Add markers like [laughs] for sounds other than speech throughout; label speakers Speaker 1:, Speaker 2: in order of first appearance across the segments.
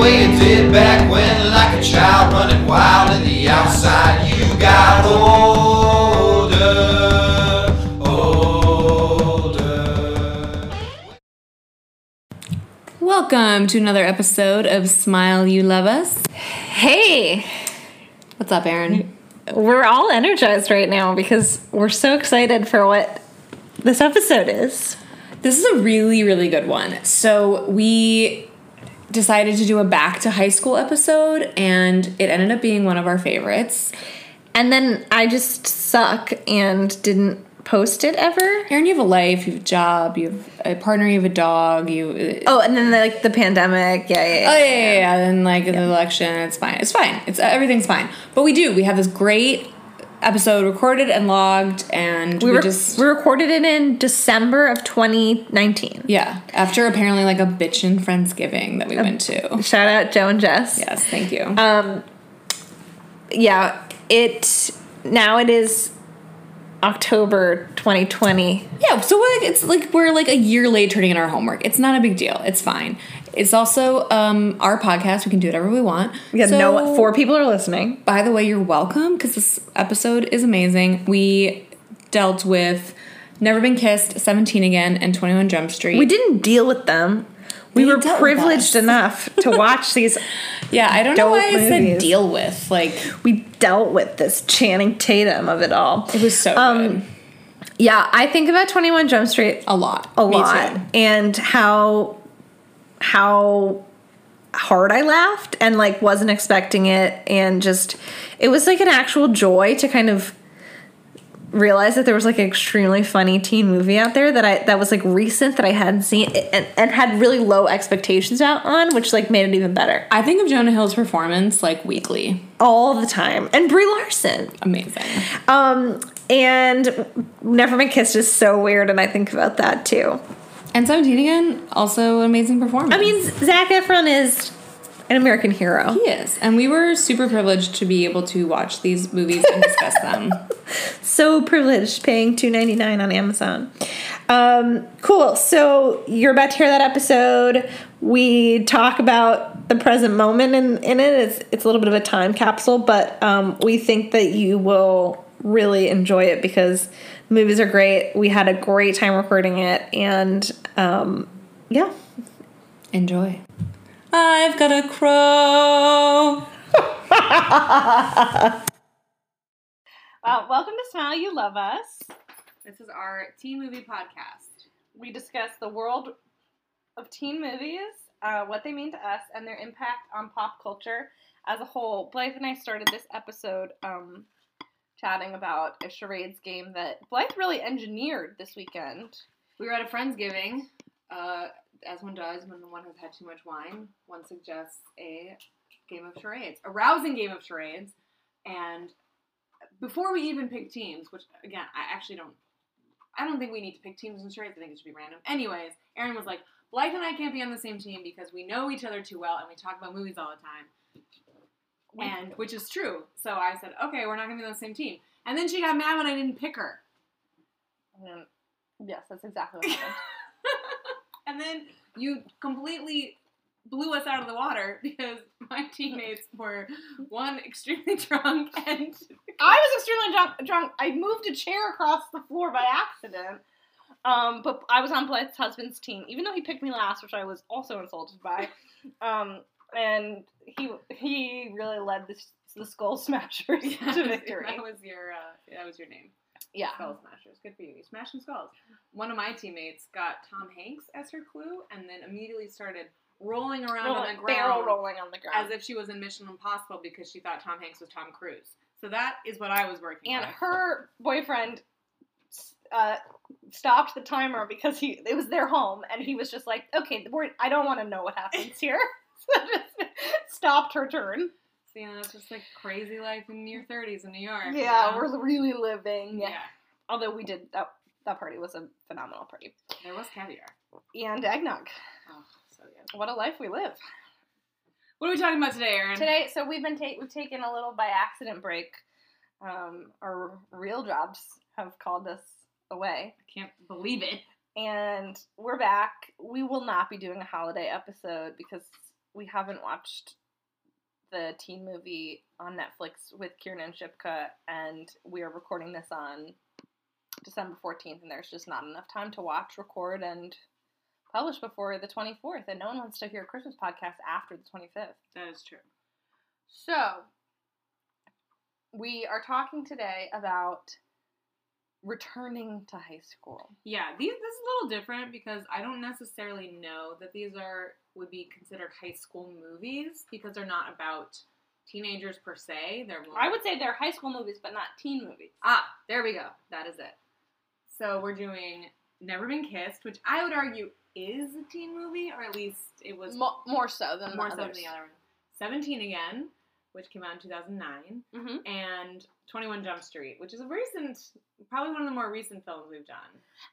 Speaker 1: did back when, like a child running wild in the outside, you got older, older.
Speaker 2: Welcome to another episode of Smile You Love Us.
Speaker 3: Hey,
Speaker 2: What's up, Aaron?
Speaker 3: we're all energized right now because we're so excited for what this episode is.
Speaker 2: This is a really, really good one. So, we decided to do a back to high school episode, and it ended up being one of our favorites.
Speaker 3: And then I just suck and didn't post it ever.
Speaker 2: Aaron, you have a life, you have a job, you have a partner, you have a dog, you. uh,
Speaker 3: Oh, and then like the pandemic. Yeah, yeah.
Speaker 2: Oh
Speaker 3: yeah.
Speaker 2: yeah, yeah, yeah. And like the election, it's fine. It's fine. It's everything's fine. But we do. We have this great episode recorded and logged, and we,
Speaker 3: we, were
Speaker 2: just
Speaker 3: we recorded it in December of 2019.
Speaker 2: yeah. After apparently like a bitchin' friendsgiving that we went to.
Speaker 3: Shout out Joe and Jess.
Speaker 2: Yes, thank you.
Speaker 3: Um, Yeah. It now it is October 2020.
Speaker 2: yeah. So we're like, it's like we're like a year late turning in our homework. It's not a big deal. It's fine. It's also um, our podcast. We can do whatever we want.
Speaker 3: Yeah, no
Speaker 2: So-
Speaker 3: four people are listening.
Speaker 2: By the way, you're welcome because this episode is amazing. We dealt with Never Been Kissed, 17 Again, and 21 Jump Street.
Speaker 3: We didn't deal with them. We,
Speaker 2: They
Speaker 3: were
Speaker 2: dealt with us.
Speaker 3: privileged enough to watch these.
Speaker 2: yeah, I don't know
Speaker 3: dope
Speaker 2: why I said
Speaker 3: movies.
Speaker 2: deal with. Like,
Speaker 3: We dealt with this Channing Tatum of it all.
Speaker 2: it was so
Speaker 3: Um,
Speaker 2: good.
Speaker 3: Yeah, I think about 21 Jump Street
Speaker 2: A lot.
Speaker 3: a
Speaker 2: Me
Speaker 3: lot
Speaker 2: too.
Speaker 3: and how how hard I laughed and like wasn't expecting it and just it was like an actual joy to kind of realize that there was like an extremely funny teen movie out there that I that was like recent that I hadn't seen and, and had really low expectations out on which like made it even better
Speaker 2: I think of Jonah Hill's performance like weekly.
Speaker 3: all the time and Brie Larson
Speaker 2: Amazing.
Speaker 3: um and Never Been Kissed is so weird and I think about that too
Speaker 2: And 17 Again, also an amazing performance.
Speaker 3: I mean, Zach Efron is an American hero.
Speaker 2: he is. And we were super privileged to be able to watch these movies and [laughs] discuss them.
Speaker 3: So privileged, paying two ninety nine on Amazon. Um, cool. So you're about to hear that episode. We talk about the present moment in, in it. It's it's a little bit of a time capsule, but um, we think that you will really enjoy it because the movies are great. We had a great time recording it, and um, yeah,
Speaker 2: Enjoy. I've got a
Speaker 4: [laughs]
Speaker 2: crow.
Speaker 4: Well, welcome to Smile You Love Us.
Speaker 2: This is our teen movie podcast.
Speaker 4: We discuss the world of teen movies, uh, what they mean to us, and their impact on pop culture as a whole. Blythe and I started this episode um, chatting about a charades game that Blythe really engineered this weekend.
Speaker 2: We were at a friendsgiving, uh, as one does when one has had too much wine. One suggests a game of charades, a rousing game of charades, and before we even pick teams, which again I actually don't, I don't think we need to pick teams in charades. I think it should be random. Anyways, Aaron was like, "Blythe and I can't be on the same team because we know each other too well and we talk about movies all the time." And which is true. So I said, "Okay, we're not gonna be on the same team." And then she got mad when I didn't pick her.
Speaker 4: And yes, that's exactly what happened.
Speaker 2: and then you completely blew us out of the water [laughs] because my teammates were one extremely [laughs] drunk and
Speaker 4: [laughs] I was extremely drunk, drunk. I moved a chair across the floor by accident. Um, but I was on Blythe's husband's team, even though he picked me last, which I was also insulted by. Um, and he he really led the, the Skull [laughs] Smashers to victory.
Speaker 2: That was your uh, that was your name.
Speaker 4: yeah.
Speaker 2: Skull smashers. Good for you. You smashing skulls. One of my teammates got Tom Hanks as her clue and then immediately started rolling around
Speaker 4: Roll-
Speaker 2: on the
Speaker 4: barrel
Speaker 2: ground
Speaker 4: rolling on the
Speaker 2: as
Speaker 4: ground.
Speaker 2: if she was in Mission Impossible because she thought Tom Hanks was Tom Cruise. So that is what I was working
Speaker 4: And
Speaker 2: on.
Speaker 4: her boyfriend uh, stopped the timer because he it was their home, and he was just like, "Okay, we're, I don't want to know what
Speaker 2: [laughs]
Speaker 4: happens here." [laughs] so just stopped her turn.
Speaker 2: So, you know, it's just like crazy life in your 30s in New York. you
Speaker 4: Yeah,
Speaker 2: know?
Speaker 4: we're really living.
Speaker 2: yeah.
Speaker 4: Although we did that that party was a phenomenal party.
Speaker 2: There was caviar.
Speaker 4: And eggnog.
Speaker 2: Oh, so good.
Speaker 4: What a life we live.
Speaker 2: What are we talking about today, Erin?
Speaker 4: Today, so we've been ta- we've taken a little by accident break. Um, our real jobs have called us away.
Speaker 2: I can't believe it.
Speaker 4: And we're back. We will not be doing a holiday episode because we haven't watched the teen movie on Netflix with Kiernan Shipka, and we are recording this on December 14th, and there's just not enough time to watch, record, and publish before the 24th, and no one wants to hear a Christmas podcast after the 25th.
Speaker 5: That is true.
Speaker 4: So, we are talking today about returning to high school.
Speaker 5: Yeah, these this is a little different because I don't necessarily know that these are would be considered high school movies because they're not about teenagers per se. They're more,
Speaker 4: I would say they're high school movies, but not teen movies.
Speaker 5: ah there we go that is it. So we're doing Never Been Kissed, which I would argue is a teen movie or at least it was
Speaker 4: Mo- more so than
Speaker 5: more so
Speaker 4: the
Speaker 5: than
Speaker 4: others.
Speaker 5: the other one. Seventeen Again, which came out in two thousand nine,
Speaker 4: Mhm.
Speaker 5: and Twenty One Jump Street, which is a recent, probably one of the more recent films we've done.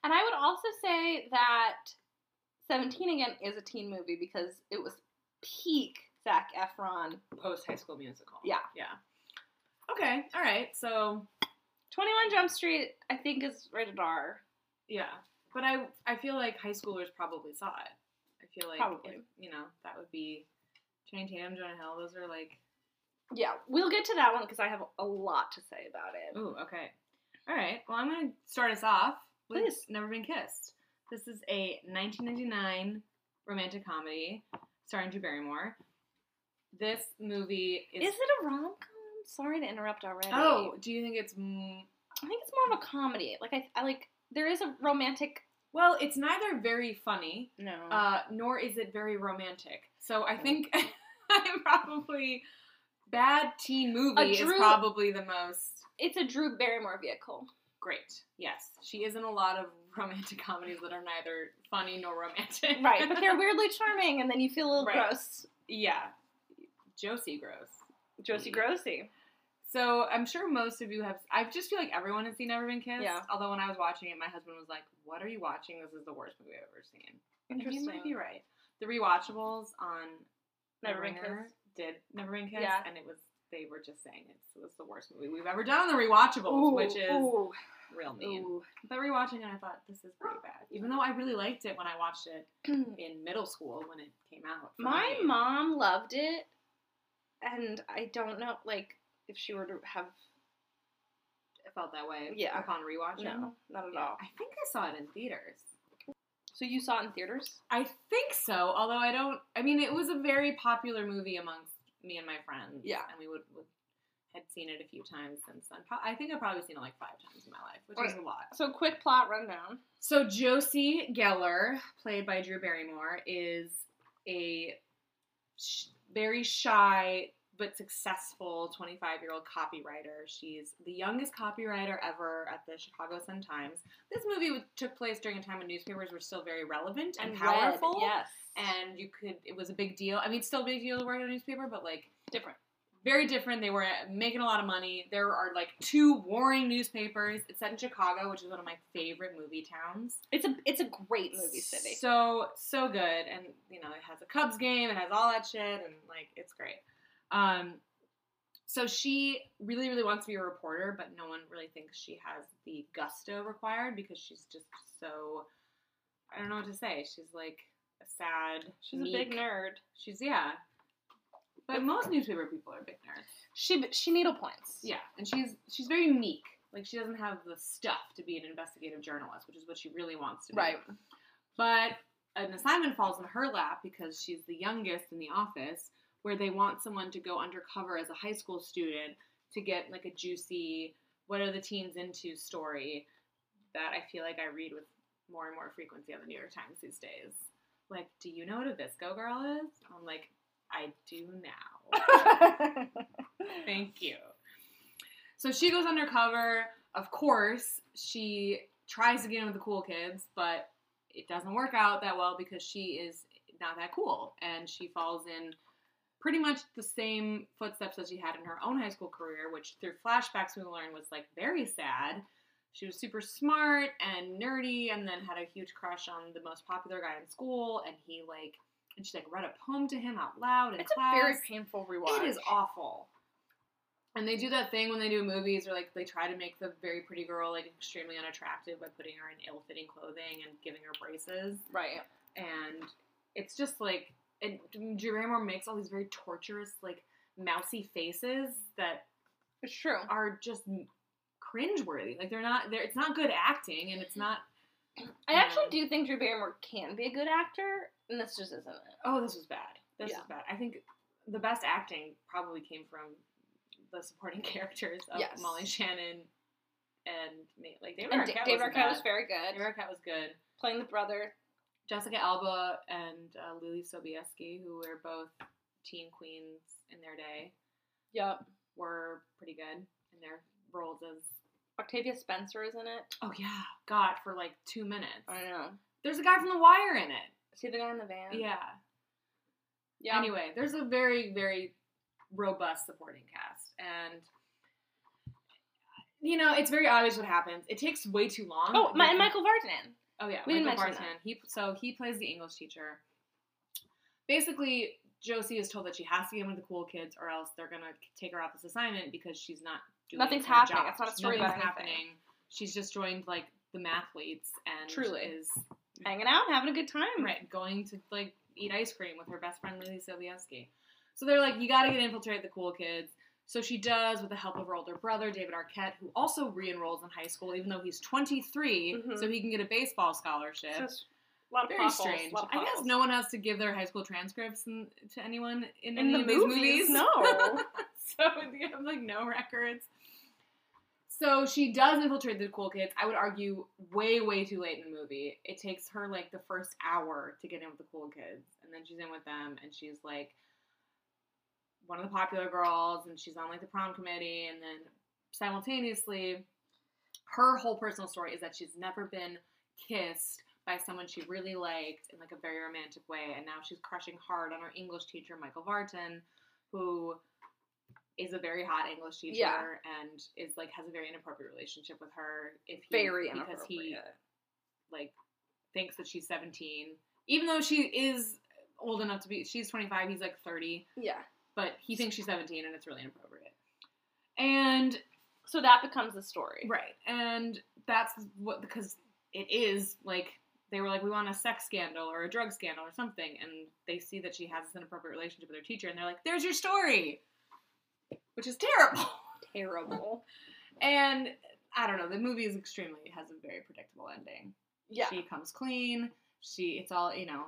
Speaker 4: And I would also say that 17 Again is a teen movie because it was peak Zac Efron.
Speaker 5: post High School Musical.
Speaker 4: Yeah.
Speaker 5: yeah. Okay, all right. So
Speaker 4: 21 Jump Street, I think, is rated R.
Speaker 5: yeah, but I I feel like high schoolers probably saw it. I feel like
Speaker 4: Probably.
Speaker 5: if- you know that would be Channing Tatum, Jonah Hill. Those are like
Speaker 4: Yeah, we'll get to that one because I have a lot to say about it.
Speaker 5: ooh okay. All right. Well, I'm gonna start us off with
Speaker 4: Please.
Speaker 5: Never Been Kissed. This is a 1999 romantic comedy starring Drew Barrymore. This movie is.
Speaker 4: Is it a rom com? Sorry to interrupt already.
Speaker 5: oh, do you think it's? M-
Speaker 4: I think it's more of a comedy. Like I, I like there is a romantic.
Speaker 5: well, it's neither very funny
Speaker 4: No.
Speaker 5: uh, nor is it very romantic. So I think [laughs] I'm probably bad teen movie
Speaker 4: Drew-
Speaker 5: is probably the most
Speaker 4: it's a Drew Barrymore vehicle.
Speaker 5: great. Yes, she is in a lot of [laughs] romantic comedies that are neither funny nor romantic.
Speaker 4: Right,
Speaker 5: [laughs]
Speaker 4: but [laughs] they're weirdly charming, and then you feel a little
Speaker 5: Right.
Speaker 4: gross.
Speaker 5: yeah, Josie Gross. Mm.
Speaker 4: Josie Grossi.
Speaker 5: So I'm sure most of you have. I just feel like everyone has seen Never Been Kissed.
Speaker 4: Yeah.
Speaker 5: Although when I was watching it, my husband was like, "What are you watching? This is the worst movie I've ever seen." And he
Speaker 4: Interesting.
Speaker 5: might be right. The rewatchables on Never
Speaker 4: Never been
Speaker 5: Been
Speaker 4: kissed.
Speaker 5: did Never Been Kissed,
Speaker 4: Yeah.
Speaker 5: and it was they were just saying it's- it was the worst movie we've ever done on the rewatchables, which is
Speaker 4: ooh,
Speaker 5: real mean. But rewatching it, I thought this is pretty bad, even though I really liked it when I watched
Speaker 4: [clears throat]
Speaker 5: it
Speaker 4: ooh.
Speaker 5: in middle school when it came out. for
Speaker 4: My
Speaker 5: me.
Speaker 4: mom loved it, and I don't know, like, if she were to have
Speaker 5: I felt that way.
Speaker 4: Yeah.
Speaker 5: upon rewatching,
Speaker 4: no, not at
Speaker 5: Yeah.
Speaker 4: all.
Speaker 5: I think I saw it in theaters.
Speaker 4: So you saw it in theaters?
Speaker 5: I think so, although I don't. I mean, it was a very popular movie amongst me and my friends.
Speaker 4: Yeah.
Speaker 5: and we would, would had seen it a few times since then. Pro- I think I've probably seen it like five times in my life, which is a lot.
Speaker 4: So quick plot rundown.
Speaker 5: So Josie Geller, played by Drew Barrymore, is a sh- very shy but successful 25-year-old copywriter. She's the youngest copywriter ever at the Chicago Sun Times. This movie was- took place during a time when newspapers were still very relevant and,
Speaker 4: red,
Speaker 5: powerful,
Speaker 4: yes.
Speaker 5: and you could it was a big deal. I mean, it's still a big deal to work at a newspaper, but like
Speaker 4: different.
Speaker 5: very different. They were making a lot of money. There are like two warring newspapers. It's set in Chicago, which is one of my favorite movie towns.
Speaker 4: It's a it's a great movie city.
Speaker 5: So so good, and you know it has a Cubs game, it has all that shit, and like it's great. Um, so she really really wants to be a reporter, but no one really thinks she has the gusto required because she's just so I don't know what to say. She's like a sad.
Speaker 4: She's a big
Speaker 5: meek-
Speaker 4: nerd.
Speaker 5: She's yeah. But most newspaper people are big nerds.
Speaker 4: She she needle points.
Speaker 5: Yeah, and she's she's very meek. Like she doesn't have the stuff to be an investigative journalist, which is what she really wants to be.
Speaker 4: Right.
Speaker 5: But an assignment falls in her lap because she's the youngest in the office, where they want someone to go undercover as a high school student to get like a juicy "What are the teens into?" story that I feel like I read with more and more frequency on the New York Times these days. Like, do you know what a Visco girl is? I'm like, I do now. [laughs] Thank you. So she goes undercover. Of course, she tries to get in with the cool kids, but it doesn't work out that well because she is not that cool. And she falls in pretty much the same footsteps that she had in her own high school career, which through flashbacks we learn was like very sad. She was super smart and nerdy and then had a huge crush on the most popular guy in school. And he, like, and she, like, read a poem to him out loud in
Speaker 4: It's
Speaker 5: class.
Speaker 4: a very painful rewatch.
Speaker 5: It is awful. And they do that thing when they do movies where like they try to make the very pretty girl like extremely unattractive by putting her in ill-fitting clothing and giving her braces.
Speaker 4: Right.
Speaker 5: And it's just like and Drew Barrymore makes all these very torturous like mousy faces that
Speaker 4: It's true.
Speaker 5: are just cringeworthy. Like they're not. They're, it's not good acting, and it's not.
Speaker 4: I actually do think Drew Barrymore can be a good actor, and this just isn't it.
Speaker 5: Oh, this was bad. This
Speaker 4: Yeah.
Speaker 5: was bad. I think the best acting probably came from the supporting [laughs] characters of
Speaker 4: Yes.
Speaker 5: Molly Shannon and me. Like David
Speaker 4: And
Speaker 5: Arquette,
Speaker 4: D- Dave
Speaker 5: wasn't
Speaker 4: Arquette
Speaker 5: bad.
Speaker 4: was very good,
Speaker 5: David Arquette was good.
Speaker 4: playing the brother.
Speaker 5: Jessica Alba and uh, Lily Sobieski, who were both teen queens in their day,
Speaker 4: Yep.
Speaker 5: were pretty good in their roles as.
Speaker 4: Octavia Spencer is in it.
Speaker 5: Oh yeah, God for like two minutes.
Speaker 4: I know.
Speaker 5: There's a guy from The Wire in it.
Speaker 4: See the guy in the van.
Speaker 5: Yeah.
Speaker 4: Yeah.
Speaker 5: Anyway, there's a very very robust supporting cast, and you know it's very obvious what happens. It takes way too long.
Speaker 4: Oh, my,
Speaker 5: Like,
Speaker 4: and Michael Vartan.
Speaker 5: Oh yeah,
Speaker 4: We didn't
Speaker 5: Michael
Speaker 4: mention
Speaker 5: Barton. He so he plays the English teacher. Basically, Josie is told that she has to get in with the cool kids, or else they're gonna take her off this assignment because she's not doing
Speaker 4: Nothing's
Speaker 5: her
Speaker 4: happening.
Speaker 5: Job.
Speaker 4: It's not a story
Speaker 5: Nothing's
Speaker 4: about anything.
Speaker 5: happening. She's just joined like the mathletes and
Speaker 4: Truly.
Speaker 5: is
Speaker 4: Hanging out, having a good time.
Speaker 5: right going to like eat ice cream with her best friend Lily Sobieski. So they're like, you gotta get infiltrate the cool kids. So she does with the help of her older brother, David Arquette, who also re enrolls in high school, even though he's 23,
Speaker 4: Mhm.
Speaker 5: so he can get a baseball scholarship.
Speaker 4: So it's a lot of
Speaker 5: Very
Speaker 4: potholes,
Speaker 5: strange.
Speaker 4: a lot of
Speaker 5: I guess
Speaker 4: potholes.
Speaker 5: no one has to give their high school transcripts in, to anyone in,
Speaker 4: In
Speaker 5: any
Speaker 4: the
Speaker 5: of these movies.
Speaker 4: movies, no.
Speaker 5: [laughs] so you have like no records. So she does infiltrate the cool kids. I would argue way, way too late in the movie. It takes her like the first hour to get in with the cool kids, and then she's in with them, and she's like one of the popular girls, and she's on like the prom committee, and then simultaneously, her whole personal story is that she's never been kissed by someone she really liked in like a very romantic way, and now she's crushing hard on her English teacher Michael Vartan, who is a very hot English teacher
Speaker 4: Yeah.
Speaker 5: and is like has a very inappropriate relationship with her. If he,
Speaker 4: [laughs] very
Speaker 5: because he
Speaker 4: inappropriate.
Speaker 5: like thinks that she's seventeen, even though she is old enough to be. She's twenty five. He's like thirty,
Speaker 4: Yeah.
Speaker 5: but he thinks she's seventeen, and it's really inappropriate. And
Speaker 4: So that becomes the story.
Speaker 5: Right. And that's what, because it is like, they were like, we want a sex scandal or a drug scandal or something. And they see that she has this inappropriate relationship with her teacher, and they're like, there's your story, which is terrible.
Speaker 4: Terrible.
Speaker 5: And I don't know, the movie is extremely, has a very predictable ending.
Speaker 4: Yeah.
Speaker 5: She comes clean. She, it's all, you know,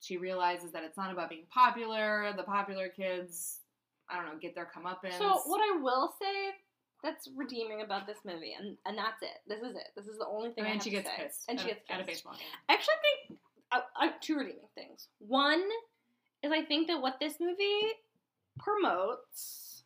Speaker 5: she realizes that it's not about being popular. The popular kids, I don't know, get their comeuppance.
Speaker 4: So what I will say that's redeeming about this movie, and and that's it. This is it. This is the only thing.
Speaker 5: and
Speaker 4: I
Speaker 5: then
Speaker 4: have
Speaker 5: she
Speaker 4: to
Speaker 5: gets
Speaker 4: say.
Speaker 5: pissed.
Speaker 4: and she
Speaker 5: at a-
Speaker 4: gets
Speaker 5: at a
Speaker 4: pissed.
Speaker 5: baseball game.
Speaker 4: I actually think I, I have two redeeming things. One is I think that what this movie promotes,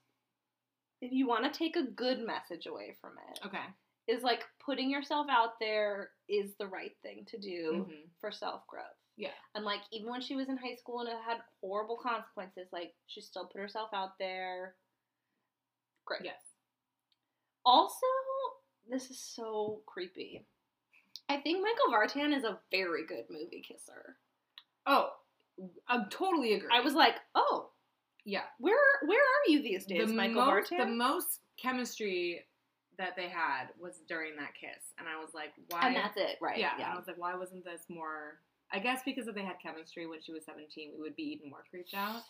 Speaker 4: if you want to take a good message away from it,
Speaker 5: Okay.
Speaker 4: is like putting yourself out there is the right thing to do
Speaker 5: Mhm.
Speaker 4: for self growth.
Speaker 5: Yeah.
Speaker 4: And like even when she was in high school and it had horrible consequences, like she still put herself out there. Great.
Speaker 5: Yes.
Speaker 4: Also, this is so creepy. I think Michael Vartan is a very good movie kisser.
Speaker 5: Oh, I totally agree.
Speaker 4: I was like, oh,
Speaker 5: yeah.
Speaker 4: where where are you these days,
Speaker 5: the
Speaker 4: Michael
Speaker 5: most,
Speaker 4: Vartan?
Speaker 5: The most chemistry that they had was during that kiss, and I was like, why?
Speaker 4: and that's it, right?
Speaker 5: yeah, And I was like, why wasn't this more? I guess because if they had chemistry when she was seventeen, we would be even more creeped out.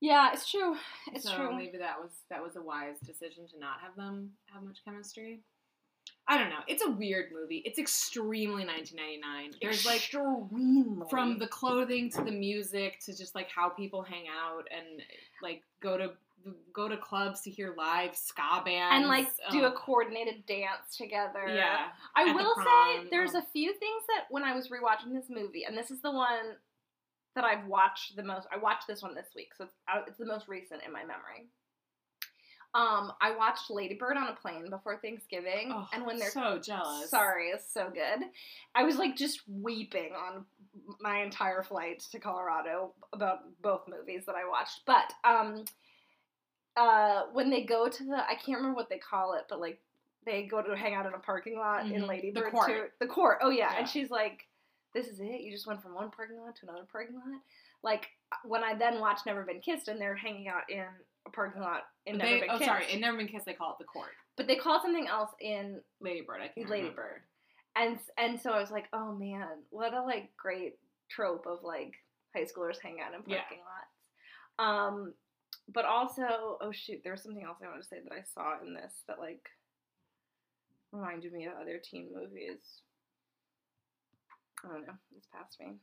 Speaker 4: Yeah, it's true. It's
Speaker 5: so
Speaker 4: true.
Speaker 5: Maybe that was that was a wise decision to not have them have much chemistry. I don't know. It's a weird movie. It's extremely 1999. There's like
Speaker 4: Extremely.
Speaker 5: from the clothing to the music to just like how people hang out and like go to go to clubs to hear live ska bands
Speaker 4: and like do a
Speaker 5: um,
Speaker 4: coordinated dance together.
Speaker 5: yeah
Speaker 4: I
Speaker 5: at the
Speaker 4: will
Speaker 5: prom,
Speaker 4: say there's
Speaker 5: um,
Speaker 4: a few things that when I was rewatching this movie, and this is the one that I've watched the most. I watched this one this week, so it's out, it's the most recent in my memory. Um, I watched Lady Bird on a plane before Thanksgiving,
Speaker 5: oh,
Speaker 4: and when they're
Speaker 5: so jealous
Speaker 4: sorry, it's so good. I was like just weeping on my entire flight to Colorado about both movies that I watched, but um, uh, when they go to the I can't remember what they call it, but like they go to hang out in a parking lot in
Speaker 5: Mhm.
Speaker 4: Lady
Speaker 5: The
Speaker 4: Bird
Speaker 5: court.
Speaker 4: to the court. Oh yeah.
Speaker 5: Yeah.
Speaker 4: and she's like, "This is it. You just went from one parking lot to another parking lot." Like when I then watched Never Been Kissed, and they're hanging out in a parking lot in Never
Speaker 5: they,
Speaker 4: Been
Speaker 5: oh
Speaker 4: Kissed.
Speaker 5: sorry in never been kissed they call it the court
Speaker 4: but they call it something else in
Speaker 5: ladybird i can't
Speaker 4: Lady
Speaker 5: remember.
Speaker 4: Bird. And and so I was like, oh man, what a like great trope of like high schoolers hang out in
Speaker 5: Yeah.
Speaker 4: parking lots. Um but also, oh shoot, there was something else I wanted to say that I saw in this that like reminded me of other teen movies. I don't know. It's past me.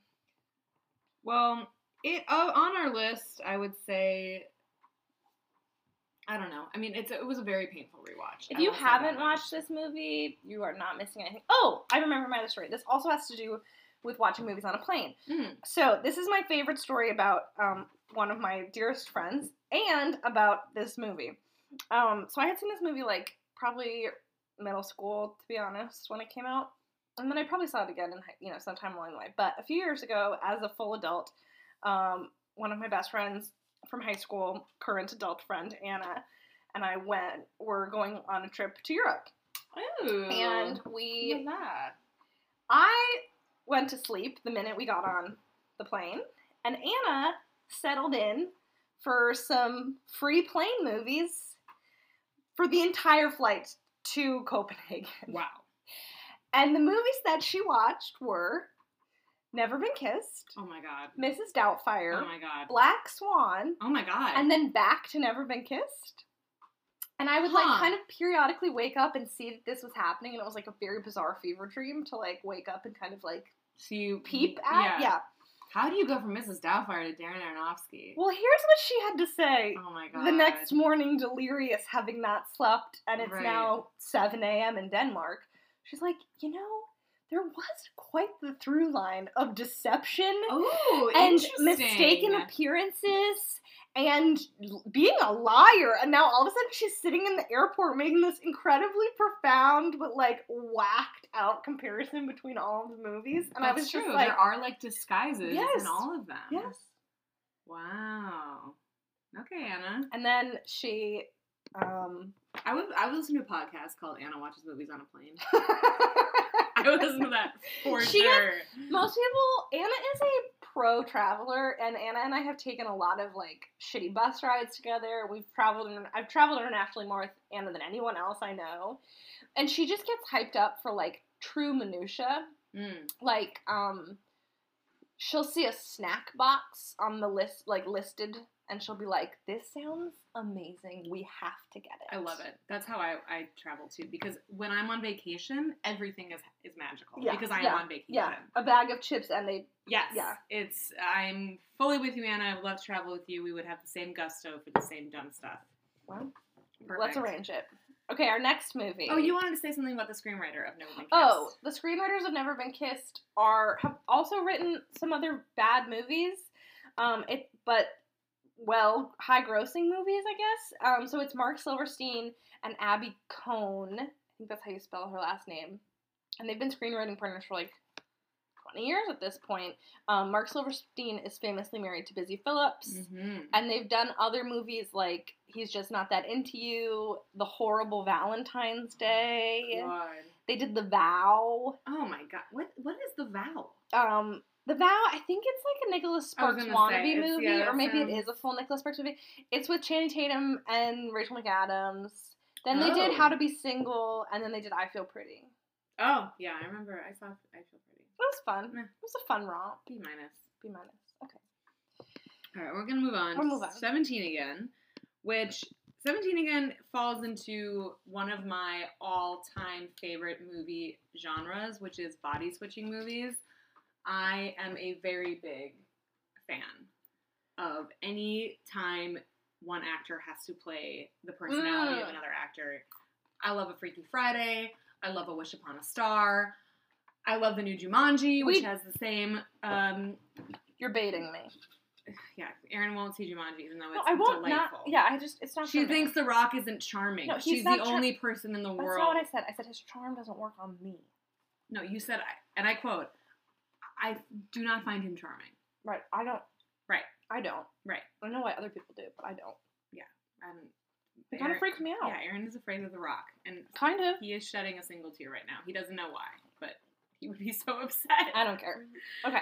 Speaker 5: Well, it uh, on our list, I would say. I don't know. I mean, it's it was a very painful rewatch.
Speaker 4: If
Speaker 5: I
Speaker 4: you
Speaker 5: will say
Speaker 4: haven't
Speaker 5: that.
Speaker 4: watched this movie, you are not missing anything. Oh, I remember my other story. This also has to do with watching movies on a plane.
Speaker 5: Mm.
Speaker 4: So this is my favorite story about um, one of my dearest friends and about this movie. Um, so I had seen this movie like probably middle school, to be honest, when it came out, and then I probably saw it again in hi- you know sometime along the way. But a few years ago, as a full adult, um, one of my best friends from high school, current adult friend Anna, and I went. We're going on a trip to Europe,
Speaker 5: Ooh,
Speaker 4: and
Speaker 5: look
Speaker 4: we
Speaker 5: at that.
Speaker 4: I went to sleep the minute we got on the plane, and Anna settled in for some free plane movies for the entire flight to Copenhagen. [laughs]
Speaker 5: Wow.
Speaker 4: And the movies that she watched were Never Been Kissed,
Speaker 5: Oh my god.
Speaker 4: Mrs. Doubtfire,
Speaker 5: Oh my god.
Speaker 4: Black Swan,
Speaker 5: Oh my god.
Speaker 4: and then back to Never Been Kissed. And I would like
Speaker 5: Huh.
Speaker 4: kind of periodically wake up and see that this was happening, and it was like a very bizarre fever dream to like wake up and kind of like
Speaker 5: so you
Speaker 4: peep at. Yeah.
Speaker 5: How do you go from Mrs. Doubtfire to Darren Aronofsky?
Speaker 4: Well, here's what she had to say.
Speaker 5: oh my god.
Speaker 4: The next morning, delirious, having not slept, and it's
Speaker 5: Right.
Speaker 4: now 7 a.m. in Denmark. She's like, you know, there was quite the through line of deception
Speaker 5: Oh,
Speaker 4: [laughs] and
Speaker 5: interesting.
Speaker 4: mistaken appearances and l- being a liar. And now all of a sudden she's sitting in the airport making this incredibly profound but like whacked out comparison between all of the movies. And
Speaker 5: That's
Speaker 4: I was
Speaker 5: true.
Speaker 4: just like,
Speaker 5: there are like disguises
Speaker 4: Yes.
Speaker 5: in all of them.
Speaker 4: yes.
Speaker 5: Wow. Okay, Anna.
Speaker 4: And then she, um, [laughs]
Speaker 5: I would I would listen to a podcast called Anna Watches Movies on a Plane.
Speaker 4: [laughs]
Speaker 5: I would listen to that for
Speaker 4: She has-
Speaker 5: sure.
Speaker 4: most people, Anna is a pro traveler, and Anna and I have taken a lot of like shitty bus rides together. We've traveled, and I've traveled internationally more with Anna than anyone else I know, and she just gets hyped up for like true minutia.
Speaker 5: Mm.
Speaker 4: Like, um, she'll see a snack box on the list, like listed, and she'll be like, "This sounds amazing. We have to get it."
Speaker 5: I love it. That's how I, I travel too because when I'm on vacation, everything is is magical
Speaker 4: Yeah,
Speaker 5: because I am
Speaker 4: yeah,
Speaker 5: on vacation.
Speaker 4: Yeah, a bag of chips and a
Speaker 5: Yes.
Speaker 4: Yeah.
Speaker 5: It's I'm fully with you, Anna. I would love to travel with you. We would have the same gusto for the same dumb stuff.
Speaker 4: Well,
Speaker 5: Perfect.
Speaker 4: Let's arrange it. Okay, our next movie.
Speaker 5: Oh, you wanted to say something about the screenwriter of Never Been Kissed.
Speaker 4: Oh, the screenwriters of Never Been Kissed are have also written some other bad movies. Um, it but well, high grossing movies, I guess. Um, so it's Mark Silverstein and Abby Cohn. I think that's how you spell her last name. And they've been screenwriting partners for like 20 years at this point. Um, Mark Silverstein is famously married to Busy Phillips.
Speaker 5: hmm
Speaker 4: And they've done other movies like He's Just Not That Into You, The Horrible Valentine's Day. They did The Vow.
Speaker 5: Oh my god. What what is the vow?
Speaker 4: Um, the Vow, I think it's like a Nicholas
Speaker 5: I was
Speaker 4: Sparks
Speaker 5: gonna say,
Speaker 4: wannabe
Speaker 5: it's-
Speaker 4: movie,
Speaker 5: yeah,
Speaker 4: or
Speaker 5: that
Speaker 4: maybe it
Speaker 5: sounds-
Speaker 4: is a full Nicholas Sparks movie. It's with Channing Tatum and Rachel McAdams. Then they did
Speaker 5: Oh.
Speaker 4: How to Be Single, and then they did I Feel Pretty.
Speaker 5: Oh, yeah, I remember. I saw I feel pretty.
Speaker 4: It was fun.
Speaker 5: Meh.
Speaker 4: It was a fun romp.
Speaker 5: B minus.
Speaker 4: B minus. Okay.
Speaker 5: All right, we're gonna move on.
Speaker 4: We'll move on.
Speaker 5: Seventeen again, which Seventeen again falls into one of my all-time favorite movie genres, which is body switching movies. I am a very big fan of any time one actor has to play the personality of
Speaker 4: Mm.
Speaker 5: another actor. I love a Freaky Friday. I love a Wish Upon a Star. I love the new Jumanji, which
Speaker 4: We-
Speaker 5: has the same um,
Speaker 4: You're baiting me.
Speaker 5: yeah, Aaron won't see Jumanji, even though it's
Speaker 4: No, I won't not.
Speaker 5: delightful.
Speaker 4: Yeah, I just, it's not
Speaker 5: she
Speaker 4: for me.
Speaker 5: thinks The Rock isn't charming.
Speaker 4: No, he's
Speaker 5: She's the
Speaker 4: not char-
Speaker 5: only person in the
Speaker 4: That's
Speaker 5: world.
Speaker 4: not what I said. I said his charm doesn't work on me.
Speaker 5: No, you said, I, and I quote, "I do not find him charming."
Speaker 4: Right. I don't.
Speaker 5: Right.
Speaker 4: I don't.
Speaker 5: Right.
Speaker 4: I know why other people do, but I don't.
Speaker 5: And
Speaker 4: It kind
Speaker 5: Aaron-
Speaker 4: of freaks me out.
Speaker 5: yeah, Aaron is afraid of The Rock, and
Speaker 4: Kind of.
Speaker 5: he is shedding a single tear right now. He doesn't know why, but he would be [laughs] so upset.
Speaker 4: I don't care. Okay.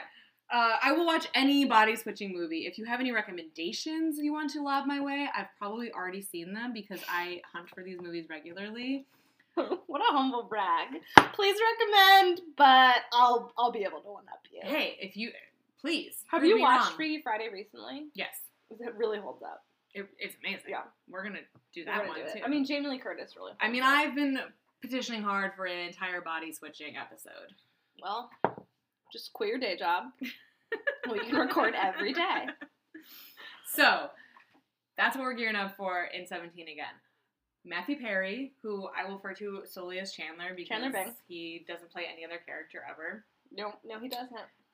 Speaker 5: Uh, I will watch any body switching movie. If you have any recommendations you want to lob my way, I've probably already seen them because I hunt for these movies regularly.
Speaker 4: [laughs] what a humble brag. Please recommend, but I'll I'll be able to one up you.
Speaker 5: Hey, if you please
Speaker 4: Have
Speaker 5: prove
Speaker 4: you
Speaker 5: me
Speaker 4: watched
Speaker 5: wrong.
Speaker 4: Freaky Friday recently?
Speaker 5: Yes,
Speaker 4: It really holds up.
Speaker 5: It, it's amazing.
Speaker 4: Yeah.
Speaker 5: We're gonna do
Speaker 4: We're
Speaker 5: that
Speaker 4: gonna
Speaker 5: one
Speaker 4: do it.
Speaker 5: too.
Speaker 4: I mean, Jamie Lee Curtis really.
Speaker 5: I mean,
Speaker 4: helped it.
Speaker 5: I've been petitioning hard for an entire body switching episode.
Speaker 4: well, just quit your
Speaker 5: [laughs]
Speaker 4: day job. we can record every day.
Speaker 5: So that's what we're gearing up for in 17 again. Matthew Perry, who I will refer to solely as Chandler because
Speaker 4: Chandler Bing.
Speaker 5: he doesn't play any other character ever,
Speaker 4: No, no, he doesn't.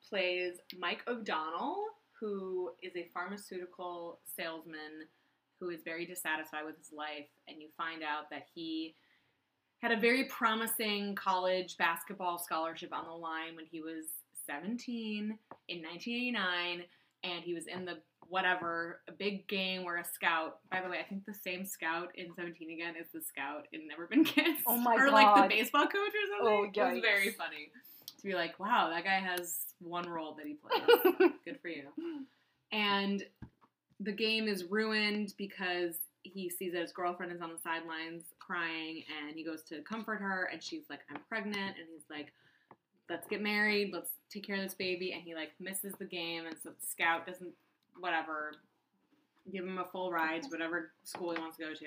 Speaker 5: plays Mike O'Donnell, who is a pharmaceutical salesman who is very dissatisfied with his life. And you find out that he had a very promising college basketball scholarship on the line when he was 17 in 1989 and he was in the whatever a big game where a scout by the way i think the same scout in 17 again is the scout in never been kissed
Speaker 4: Oh my
Speaker 5: [laughs] or like the
Speaker 4: God.
Speaker 5: baseball coach or [laughs]
Speaker 4: Oh,
Speaker 5: something it was very
Speaker 4: yikes.
Speaker 5: funny to be like wow that guy has one role that he
Speaker 4: [laughs]
Speaker 5: plays good for you and the game is ruined because he sees that his girlfriend is on the sidelines crying and he goes to comfort her and she's like i'm pregnant and he's like let's get married let's take care of this baby and he like misses the game and so scout doesn't whatever give him a full ride to whatever school he wants to go to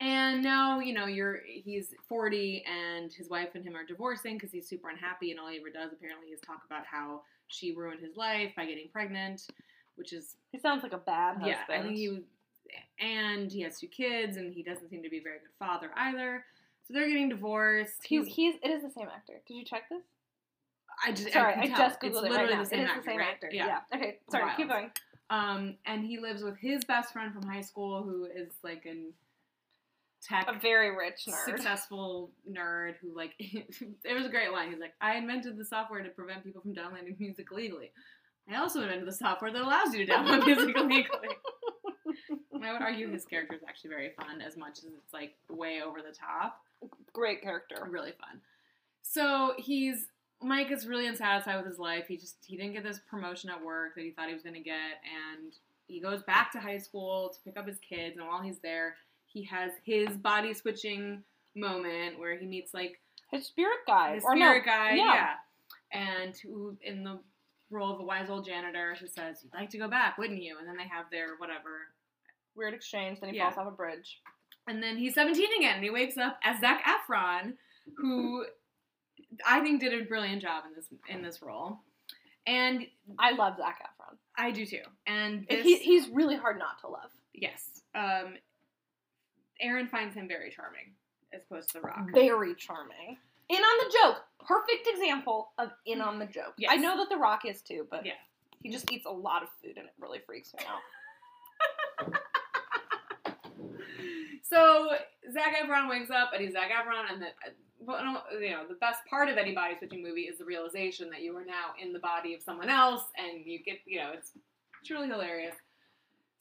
Speaker 5: and now you know you're he's 40 and his wife and him are divorcing because he's super unhappy and all he ever does apparently is talk about how she ruined his life by getting pregnant which is
Speaker 4: He sounds like a bad husband.
Speaker 5: yeah, I think he was, and he has two kids, and he doesn't seem to be a very good father either. So they're getting divorced.
Speaker 4: He,
Speaker 5: He's,
Speaker 4: he's it is the same actor. Did you check this?
Speaker 5: I just
Speaker 4: Sorry,
Speaker 5: can
Speaker 4: I,
Speaker 5: tell.
Speaker 4: just googled
Speaker 5: it's
Speaker 4: it
Speaker 5: literally
Speaker 4: right now.
Speaker 5: the same
Speaker 4: it is
Speaker 5: actor,
Speaker 4: the same
Speaker 5: right?
Speaker 4: actor. Yeah. Okay. Sorry.
Speaker 5: wild.
Speaker 4: Keep going.
Speaker 5: Um, and he lives with his best friend from high school, who is like an tech
Speaker 4: A very rich nerd.
Speaker 5: successful nerd who like [laughs] it was a great line. He's like, I invented the software to prevent people from downloading music legally. I also invented the software that allows you to download
Speaker 4: [laughs]
Speaker 5: music legally. I would argue his character is actually very fun as much as it's like way over the top.
Speaker 4: Great character.
Speaker 5: Really fun. So he's Mike is really unsatisfied with his life. He just he didn't get this promotion at work that he thought he was gonna get and he goes back to high school to pick up his kids and while he's there he has his body switching moment where he meets like
Speaker 4: His spirit guide.
Speaker 5: the
Speaker 4: or no,
Speaker 5: spirit guy,
Speaker 4: yeah.
Speaker 5: yeah. and who in the role of a wise old janitor who says you'd like to go back, wouldn't you? And then they have their whatever.
Speaker 4: Weird exchange. Then he
Speaker 5: Yeah.
Speaker 4: falls off a bridge.
Speaker 5: And then he's 17 again, and he wakes up as Zach Efron, who I think did a brilliant job in this in this role, and
Speaker 4: I love Zach Efron.
Speaker 5: I do too. And
Speaker 4: And
Speaker 5: this,
Speaker 4: He, he's really hard not to love.
Speaker 5: yes, um, Aaron finds him very charming as opposed to The Rock.
Speaker 4: Very charming. In on the joke. Perfect example of in on the joke.
Speaker 5: Yes.
Speaker 4: I know that The Rock is too, but
Speaker 5: Yeah.
Speaker 4: he just eats a lot of food and it really freaks me out.
Speaker 5: So Zach Efron wakes up and he's Zach Efron, and the well, no, you know the best part of any body switching movie is the realization that you are now in the body of someone else, and you get you know it's truly hilarious.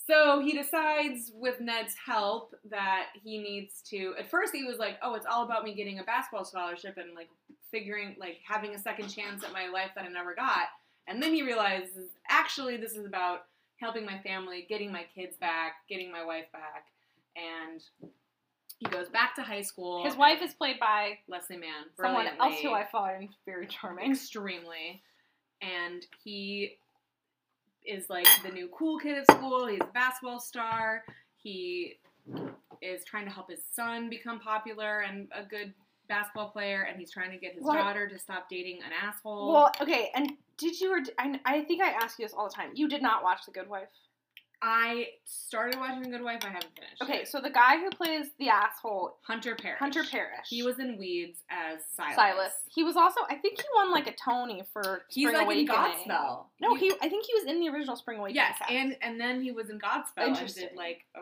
Speaker 5: So he decides, with Ned's help, that he needs to. At first, he was like, "Oh, it's all about me getting a basketball scholarship and like figuring like having a second chance at my life that I never got." And then he realizes, actually, this is about helping my family, getting my kids back, getting my wife back, and he goes back to high school.
Speaker 4: His wife is played by
Speaker 5: Leslie Mann,
Speaker 4: someone else who
Speaker 5: brilliantly
Speaker 4: I find very charming.
Speaker 5: extremely and he is like the new cool kid at school he's a basketball star he is trying to help his son become popular and a good basketball player and he's trying to get his
Speaker 4: Well-
Speaker 5: daughter to stop dating an asshole
Speaker 4: Well, okay, and did you or d- I, I think I ask you this all the time. You did not watch The Good Wife.
Speaker 5: i started watching the good wife i haven't finished
Speaker 4: Okay,
Speaker 5: it.
Speaker 4: so the guy who plays the asshole,
Speaker 5: hunter Parrish.
Speaker 4: Hunter Parrish.
Speaker 5: he was in weeds as silas,
Speaker 4: Silas. He was also I think he won like a Tony for
Speaker 5: he's
Speaker 4: Spring
Speaker 5: like
Speaker 4: Awakening.
Speaker 5: in godspell
Speaker 4: No, he I think he was in the original Spring Awakening.
Speaker 5: yes
Speaker 4: cast.
Speaker 5: and and then he was in godspell and
Speaker 4: Interesting.
Speaker 5: did like a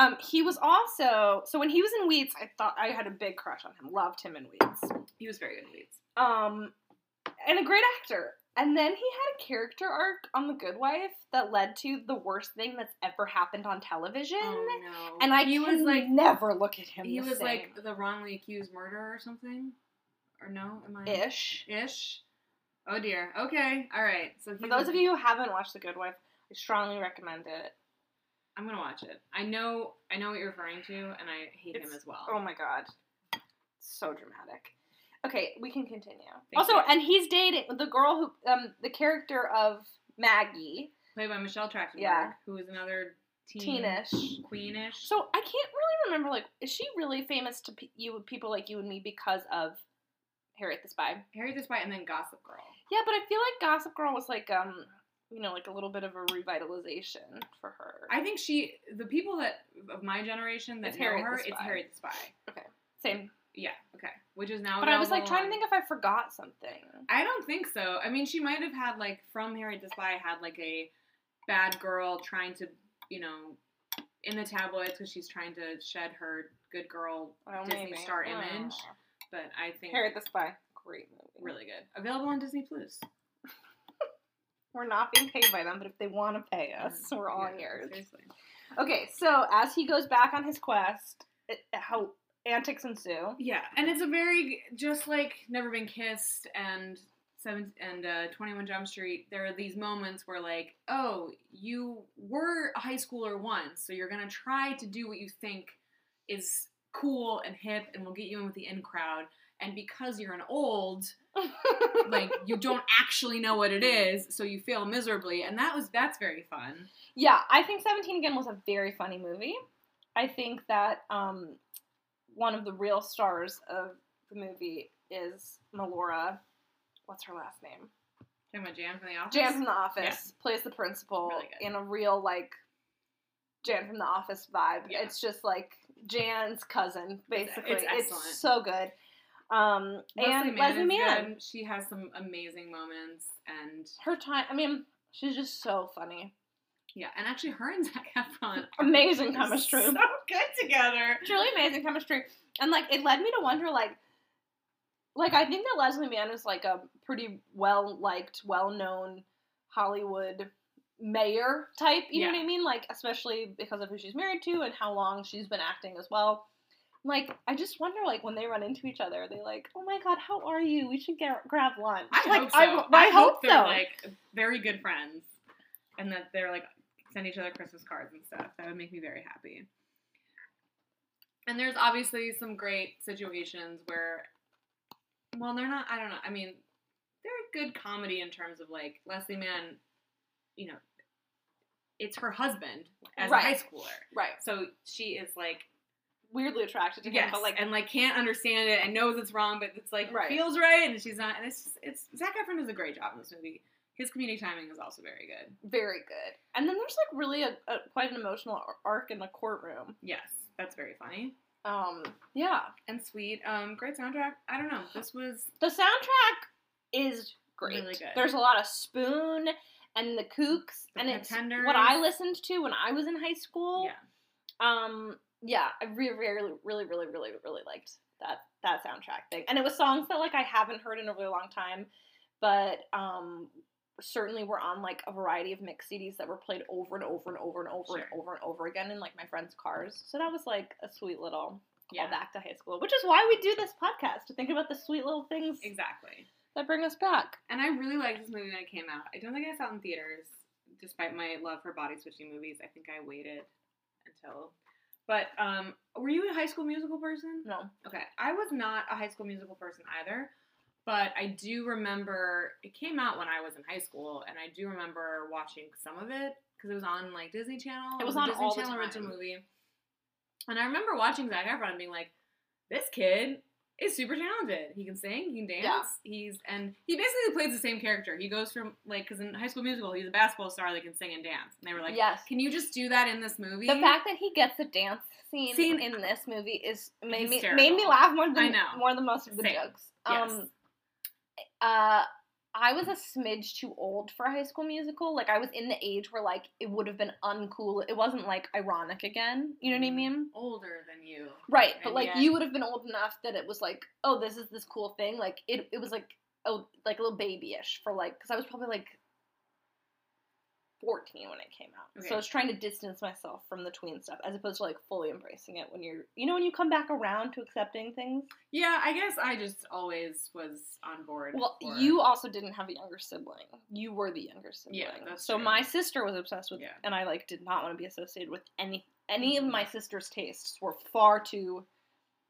Speaker 4: um he was also so when he was in Weeds, I thought I had a big crush on him. Loved him in Weeds.
Speaker 5: he was very good in weeds
Speaker 4: Um and a great actor. And then he had a character arc on The Good Wife that led to the worst thing that's ever happened on television.
Speaker 5: Oh, no.
Speaker 4: And I
Speaker 5: he
Speaker 4: can
Speaker 5: was like
Speaker 4: never look at him.
Speaker 5: he
Speaker 4: the
Speaker 5: was
Speaker 4: same.
Speaker 5: like the wrongly accused murderer or something, or no? Am I
Speaker 4: ish.
Speaker 5: Ish? Oh dear. Okay. All right. So
Speaker 4: For
Speaker 5: he
Speaker 4: those
Speaker 5: was-
Speaker 4: of you who haven't watched The Good Wife, I strongly recommend it.
Speaker 5: I'm gonna watch it. I know. I know what you're referring to, and I hate him
Speaker 4: It's-
Speaker 5: as well.
Speaker 4: Oh my god, so dramatic. Okay, we can continue.
Speaker 5: Thank
Speaker 4: also,
Speaker 5: you.
Speaker 4: and he's dating the girl who, um, the character of Maggie.
Speaker 5: Played by Michelle Trachtenberg,
Speaker 4: Yeah.
Speaker 5: who is another teen,
Speaker 4: teenish.
Speaker 5: queenish.
Speaker 4: So I can't really remember. Like, is she really famous to pe- you people like you and me because of Harriet the Spy?
Speaker 5: Harry the Spy and then Gossip Girl.
Speaker 4: Yeah, but I feel like Gossip Girl was like um, you know, like a little bit of a revitalization for her.
Speaker 5: I think she, the people that of my generation that
Speaker 4: It's
Speaker 5: know
Speaker 4: Harriet the
Speaker 5: her, it's
Speaker 4: Spy.
Speaker 5: Harriet the Spy.
Speaker 4: Same.
Speaker 5: Yeah, okay, which is now.
Speaker 4: But I was like
Speaker 5: available
Speaker 4: trying
Speaker 5: on-
Speaker 4: to think if I forgot something.
Speaker 5: I don't think so. I mean, she might have had like from Harriet the Spy had like a bad girl trying to, you know, in the tabloids because she's trying to shed her good girl
Speaker 4: Well,
Speaker 5: Disney
Speaker 4: maybe.
Speaker 5: star
Speaker 4: Oh.
Speaker 5: image. But I think
Speaker 4: Harriet the Spy. Great movie.
Speaker 5: really good. Available on Disney Plus.
Speaker 4: We're not being paid by them, but if they want to pay us, we're all
Speaker 5: Yeah,
Speaker 4: yours.
Speaker 5: Seriously.
Speaker 4: Okay, so as he goes back on his quest, it, how antics ensue.
Speaker 5: Yeah, and it's a very just like Never Been Kissed and Seven and uh, Twenty One Jump Street. There are these moments where like, oh, you were a high schooler once, so you're gonna try to do what you think is cool and hip, and will get you in with the in crowd. And because you're an
Speaker 4: [laughs]
Speaker 5: old, like you don't actually know what it is, so you fail miserably. And that was that's very fun.
Speaker 4: Yeah, I think 17 Again was a very funny movie. I think that um, one of the real stars of the movie is Melora. What's her last name?
Speaker 5: Talking about Jan from the office.
Speaker 4: Jan from The Office plays the principal
Speaker 5: Really good.
Speaker 4: in a real, like, Jan from The Office vibe.
Speaker 5: Yeah.
Speaker 4: It's just like Jan's cousin, basically.
Speaker 5: it's
Speaker 4: It's,
Speaker 5: excellent.
Speaker 4: so good. Um, and Leslie
Speaker 5: is
Speaker 4: Mann.
Speaker 5: good. She has some amazing moments and.
Speaker 4: Her time, I mean, she's just so funny.
Speaker 5: Yeah, and actually, her and Zac [laughs] Efron,
Speaker 4: Amazing
Speaker 5: are [laughs]
Speaker 4: chemistry.
Speaker 5: so good together.
Speaker 4: It's really amazing chemistry. And like it led me to wonder like like I think that Leslie Mann is like a pretty well liked, well known Hollywood mayor type, you know
Speaker 5: Yeah.
Speaker 4: what I mean? Like especially because of who she's married to and how long she's been acting as well. Like I just wonder like when they run into each other, they like, "Oh my god, how are you? We should get, grab lunch."
Speaker 5: I
Speaker 4: like
Speaker 5: hope so.
Speaker 4: I, I hope
Speaker 5: they're
Speaker 4: so.
Speaker 5: like very good friends, and that they're like send each other Christmas cards and stuff. That would make me very happy. And there's obviously some great situations where, well, they're not. I don't know. I mean, they're good comedy in terms of like Leslie Mann. You know, it's her husband as a high
Speaker 4: Right.
Speaker 5: schooler,
Speaker 4: right.
Speaker 5: so she is like
Speaker 4: Weirdly attracted to him,
Speaker 5: yes,
Speaker 4: but like
Speaker 5: and like can't understand it and knows it's wrong, but it's like
Speaker 4: Right.
Speaker 5: feels right, and she's not. And it's just, it's Zach Efron does a great job in this movie. His comedic timing is also very good.
Speaker 4: very good. And then there's like really a, a quite an emotional arc in the courtroom.
Speaker 5: Yes, that's very funny
Speaker 4: Um, yeah,
Speaker 5: and sweet. Um, great soundtrack. I don't know. This was
Speaker 4: the soundtrack is great.
Speaker 5: Really good.
Speaker 4: There's a lot of Spoon and the Kooks,
Speaker 5: The
Speaker 4: and it's
Speaker 5: Pretenders.
Speaker 4: what I listened to when I was in high school.
Speaker 5: yeah.
Speaker 4: Um, yeah, I really, really, really, really, really, really liked that that soundtrack thing, and it was songs that like I haven't heard in a really long time, but um. Certainly, were on like a variety of mix CDs that were played over and over and over and over and
Speaker 5: Sure.
Speaker 4: over and over again in like my friends' cars. So that was like a sweet little
Speaker 5: Yeah.
Speaker 4: back to high school, which is why we do this podcast to think about the sweet little things
Speaker 5: Exactly.
Speaker 4: that bring us back.
Speaker 5: And I really liked this movie when it came out. I don't think I saw it in theaters, despite my love for body switching movies. I think I waited until. But um, were you a High School Musical person?
Speaker 4: No,
Speaker 5: Okay, I was not a High School Musical person either, but I do remember it came out when I was in high school, and I do remember watching some of it because it was on like Disney Channel.
Speaker 4: It was
Speaker 5: a
Speaker 4: on
Speaker 5: Disney
Speaker 4: all the
Speaker 5: Channel original
Speaker 4: time.
Speaker 5: movie, and I remember watching Zac Efron and being like, "This kid is super talented. He can sing, he can dance.
Speaker 4: Yeah.
Speaker 5: He's and he basically plays the same character. He goes from like because in High School Musical he's a basketball star that can sing and dance, and they were like,
Speaker 4: yes.
Speaker 5: "Can you just do that in this movie?"
Speaker 4: The fact that he gets a dance scene,
Speaker 5: Scene.
Speaker 4: in this movie is made me
Speaker 5: Hysterical.
Speaker 4: made me laugh more than
Speaker 5: I know.
Speaker 4: more than most of the
Speaker 5: Same.
Speaker 4: jokes.
Speaker 5: Yes.
Speaker 4: Um, uh, I was a smidge too old for High School Musical. Like I was in the age where like it would have been uncool. It wasn't like ironic again. You know what I
Speaker 5: Mm.
Speaker 4: mean?
Speaker 5: older than you,
Speaker 4: Right, but
Speaker 5: And
Speaker 4: like
Speaker 5: yet-
Speaker 4: you would have been old enough that it was like, oh, this is this cool thing. Like it, it was like, oh, like a little babyish for like, because I was probably like fourteen when it came out. So
Speaker 5: Okay.
Speaker 4: I was trying to distance myself from the tween stuff, as opposed to like fully embracing it when you're, you know, when you come back around to accepting things.
Speaker 5: Yeah, I guess I just always was on board.
Speaker 4: Well,
Speaker 5: for-
Speaker 4: you also didn't have a younger sibling. You were the younger sibling.
Speaker 5: Yeah, that's
Speaker 4: so
Speaker 5: true.
Speaker 4: my sister was obsessed with,
Speaker 5: Yeah. Mm-hmm.
Speaker 4: and I like did not want to be associated with any any of my sister's tastes were far too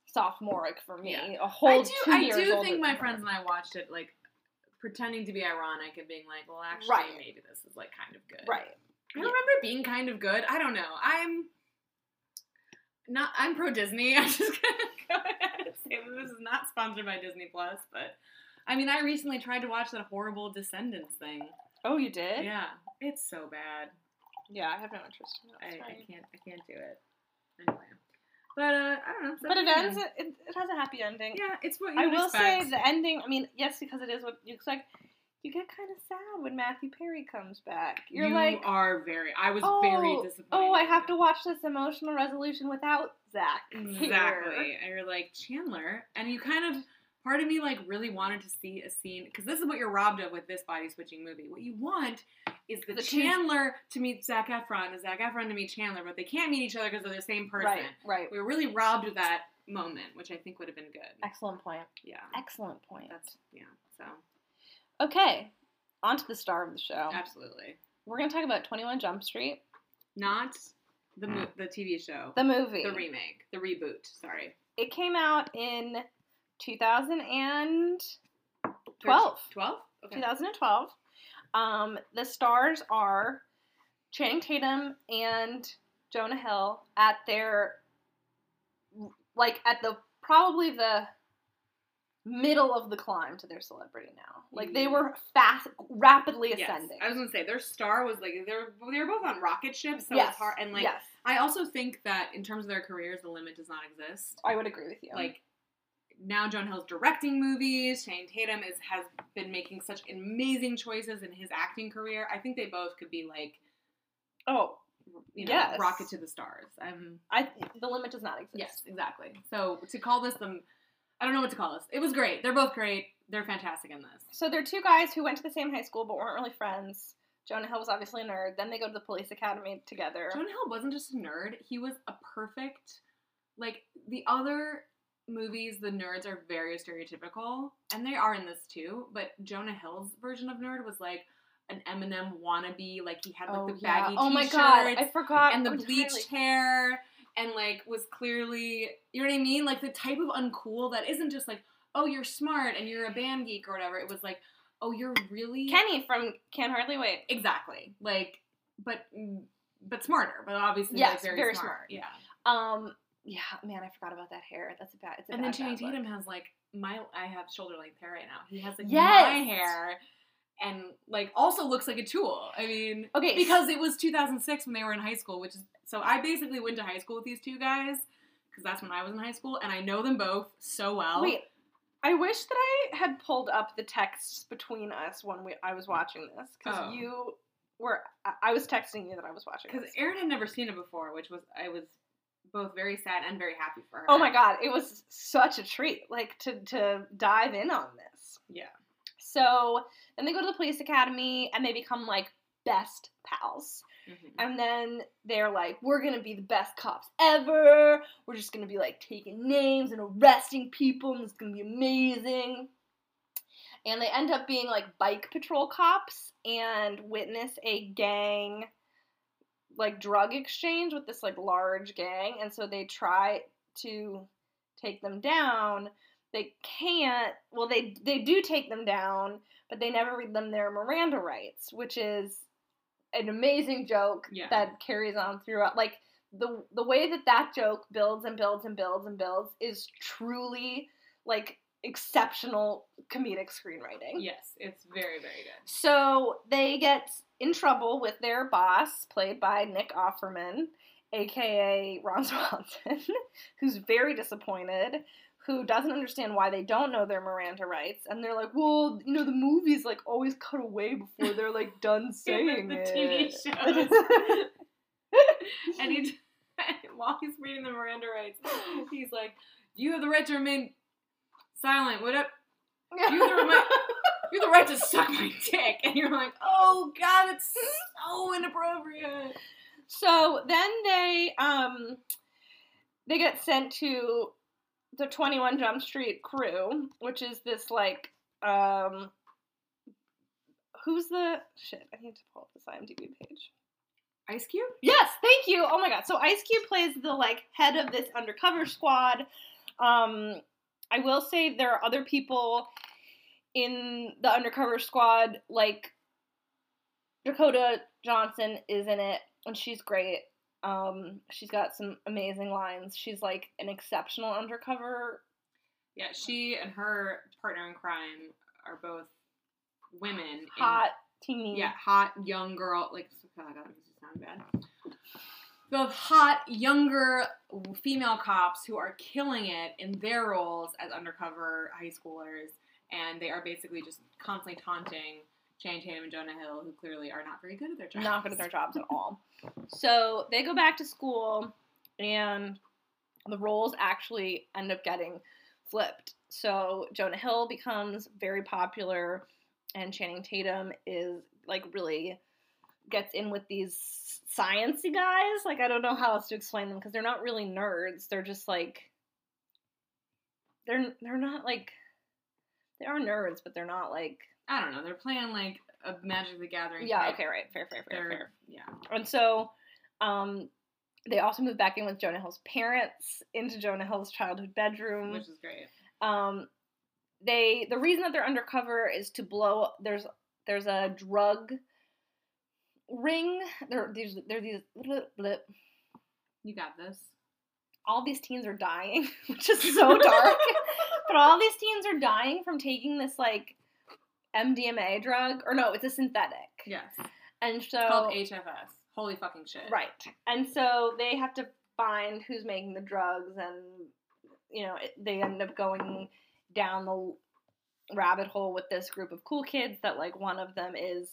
Speaker 4: sophomoric for me.
Speaker 5: Yeah.
Speaker 4: A whole
Speaker 5: I do.
Speaker 4: two
Speaker 5: I
Speaker 4: years
Speaker 5: do
Speaker 4: older
Speaker 5: think my
Speaker 4: than her.
Speaker 5: friends and I watched it like pretending to be ironic and being like, "Well, actually,
Speaker 4: Right.
Speaker 5: maybe this is like kind of good."
Speaker 4: Right.
Speaker 5: I remember being kind of good. I don't know. I'm not. I'm pro Disney. [laughs] I'm just gonna go ahead and say that this is not sponsored by Disney Plus, but I mean, I recently tried to watch that horrible Descendants thing.
Speaker 4: Oh, you did?
Speaker 5: Yeah, it's so bad.
Speaker 4: Yeah, I have no interest in that.
Speaker 5: I,
Speaker 4: It's
Speaker 5: I
Speaker 4: fine.
Speaker 5: can't. I can't do it. Anyway, but uh, I don't know.
Speaker 4: But it ends,
Speaker 5: Yeah,
Speaker 4: it, it has a happy ending.
Speaker 5: it's what you
Speaker 4: I
Speaker 5: would
Speaker 4: will
Speaker 5: expect.
Speaker 4: say the ending, I mean, yes, because it is what you expect, you get kind of sad when Matthew Perry comes back. You're
Speaker 5: you
Speaker 4: like,
Speaker 5: are very. I was
Speaker 4: oh,
Speaker 5: very disappointed.
Speaker 4: oh, I have to watch this emotional resolution without Zach. here."
Speaker 5: Exactly. And you're like, Chandler. And you kind of, part of me like really wanted to see a scene, because this is what you're robbed of with this body switching movie. What you want is the,
Speaker 4: The two-
Speaker 5: Chandler to meet Zach Efron, and Zach Efron to meet Chandler, but they can't meet each other because they're the same person.
Speaker 4: Right, right.
Speaker 5: We were really robbed of that moment, which I think would have been good.
Speaker 4: Excellent point.
Speaker 5: Yeah.
Speaker 4: Excellent point.
Speaker 5: That's, yeah. So,
Speaker 4: Okay, on to the star of the show.
Speaker 5: absolutely.
Speaker 4: We're going to talk about 21 Jump Street,
Speaker 5: Not the, mo- the TV show,
Speaker 4: Mm. the movie.
Speaker 5: the remake, the reboot, sorry.
Speaker 4: it came out in 2012.
Speaker 5: 12? Okay.
Speaker 4: 2012. Um, the stars are Channing Tatum and Jonah Hill at their, like, at the probably the middle of the climb to their celebrity now. Like, they were fast, rapidly
Speaker 5: Mm. Yes.
Speaker 4: ascending.
Speaker 5: I was gonna say their star was like they're they were both on rocket ships, so
Speaker 4: yes.
Speaker 5: it's hard and like
Speaker 4: yes,
Speaker 5: I also think that in terms of their careers, the limit does not exist.
Speaker 4: I would agree with you.
Speaker 5: Like now, Joan Hill's directing movies. Shane Tatum is has been making such amazing choices in his acting career. I think they both could be like
Speaker 4: oh,
Speaker 5: you know
Speaker 4: Yes.
Speaker 5: rocket to the stars. I'm
Speaker 4: I the limit does not exist.
Speaker 5: yes, exactly. So to call this them, I don't know what to call this. It was great. They're both great. They're fantastic in this.
Speaker 4: So they're two guys who went to the same high school but weren't really friends. Jonah Hill was obviously a nerd. Then they go to the police academy together.
Speaker 5: Jonah Hill wasn't just a nerd. He was a perfect, like the other movies. The nerds are very stereotypical, and they are in this too. But Jonah Hill's version of nerd was like an Eminem wannabe. Like he had like the baggy
Speaker 4: Oh my
Speaker 5: t-shirts
Speaker 4: god, I forgot.
Speaker 5: and the
Speaker 4: entirely.
Speaker 5: bleached hair, and like was clearly, you know what I mean? Like the type of uncool that isn't just like, oh, you're smart and you're a band geek or whatever. It was like, oh, you're really
Speaker 4: Kenny from Can Hardly Wait.
Speaker 5: Exactly. Like, but but smarter. But obviously,
Speaker 4: Yes,
Speaker 5: like very,
Speaker 4: very
Speaker 5: smart.
Speaker 4: smart.
Speaker 5: Yeah.
Speaker 4: Um, yeah, man, I forgot about that hair. That's a bad. It's a
Speaker 5: and
Speaker 4: bad,
Speaker 5: then Channing
Speaker 4: bad look.
Speaker 5: Tatum has like my I have shoulder length hair right now. He has like
Speaker 4: Yes.
Speaker 5: my hair, and like also looks like a tool. I mean,
Speaker 4: Okay,
Speaker 5: because it was 2006 when they were in high school, which is so I basically went to high school with these two guys because that's when I was in high school, and I know them both so well.
Speaker 4: wait. I wish that I had pulled up the texts between us when we I was watching this because
Speaker 5: Oh.
Speaker 4: you were I- I was texting you that I was watching
Speaker 5: because
Speaker 4: this.
Speaker 5: Erin had never seen it before, which was I was both very sad and very happy for her.
Speaker 4: Oh my god, it was such a treat, like to to dive in on this.
Speaker 5: Yeah.
Speaker 4: So then they go to the police academy and they become like best pals.
Speaker 5: Mhm.
Speaker 4: [laughs] And then they're like, we're gonna be the best cops ever. We're just gonna be like taking names and arresting people, and it's gonna be amazing. And they end up being like bike patrol cops and witness a gang like drug exchange with this like large gang. And so they try to take them down. They can't. Well, they they do take them down, but they never read them their Miranda rights, which is an amazing joke
Speaker 5: Yeah.
Speaker 4: that carries on throughout. Like the the way that that joke builds and builds and builds and builds is truly like exceptional comedic screenwriting.
Speaker 5: Yes, it's very very good.
Speaker 4: So they get in trouble with their boss, played by Nick Offerman, aka Ron [laughs] Swanson, who's very disappointed, who doesn't understand why they don't know their Miranda rights, and they're like, "Well, you know, the movies like always cut away before they're
Speaker 5: [laughs]
Speaker 4: like done saying
Speaker 5: the
Speaker 4: it."
Speaker 5: TV [laughs] shows. and he, [laughs] while he's reading the Miranda rights, he's like, "You have the right to remain silent. What up? You have the, [laughs] remi- you have the right to suck my dick." And you're like, "Oh God, that's so inappropriate."
Speaker 4: So then they um they get sent to the 21 Jump Street crew, which is this like um who's the shit, I need to pull up this IMDb page.
Speaker 5: Ice Cube.
Speaker 4: Yes, thank you. Oh my god. So Ice Cube plays the like head of this undercover squad. Um I will say there are other people in the undercover squad like Dakota Johnson is in it, and she's great. Um, she's got some amazing lines. She's like an exceptional undercover.
Speaker 5: Yeah, she and her partner in crime are both women. in-
Speaker 4: Hot teeny.
Speaker 5: yeah, hot young girl. Like, oh my god, this is sounding bad. Both hot younger female cops who are killing it in their roles as undercover high schoolers, and they are basically just constantly taunting Channing Tatum and Jonah Hill, who clearly are not very good at their job.
Speaker 4: not good at their jobs at all. So they go back to school, and the roles actually end up getting flipped. So Jonah Hill becomes very popular, and Channing Tatum is like really gets in with these sciency guys. Like I don't know how else to explain them because they're not really nerds. They're just like they're they're not like they are nerds, but they're not like
Speaker 5: I don't know. They're playing like a Magic the Gathering.
Speaker 4: yeah.
Speaker 5: type.
Speaker 4: Okay, right, fair, fair, fair,
Speaker 5: They're-
Speaker 4: fair.
Speaker 5: yeah.
Speaker 4: And so um, they also moved back in with Jonah Hill's parents into Jonah Hill's childhood bedroom.
Speaker 5: which is great.
Speaker 4: Um, they the reason that they're undercover is to blow there's there's a drug ring. There there's there these blip, blip.
Speaker 5: You got this.
Speaker 4: all these teens are dying, [laughs] which is
Speaker 5: [laughs]
Speaker 4: so dark. but all these teens are dying from taking this like MDMA drug or no, it's a synthetic.
Speaker 5: Yes.
Speaker 4: And so
Speaker 5: It's called HFS. Holy fucking shit.
Speaker 4: Right. And so they have to find who's making the drugs, and, you know, it, they end up going down the rabbit hole with this group of cool kids that, like, one of them is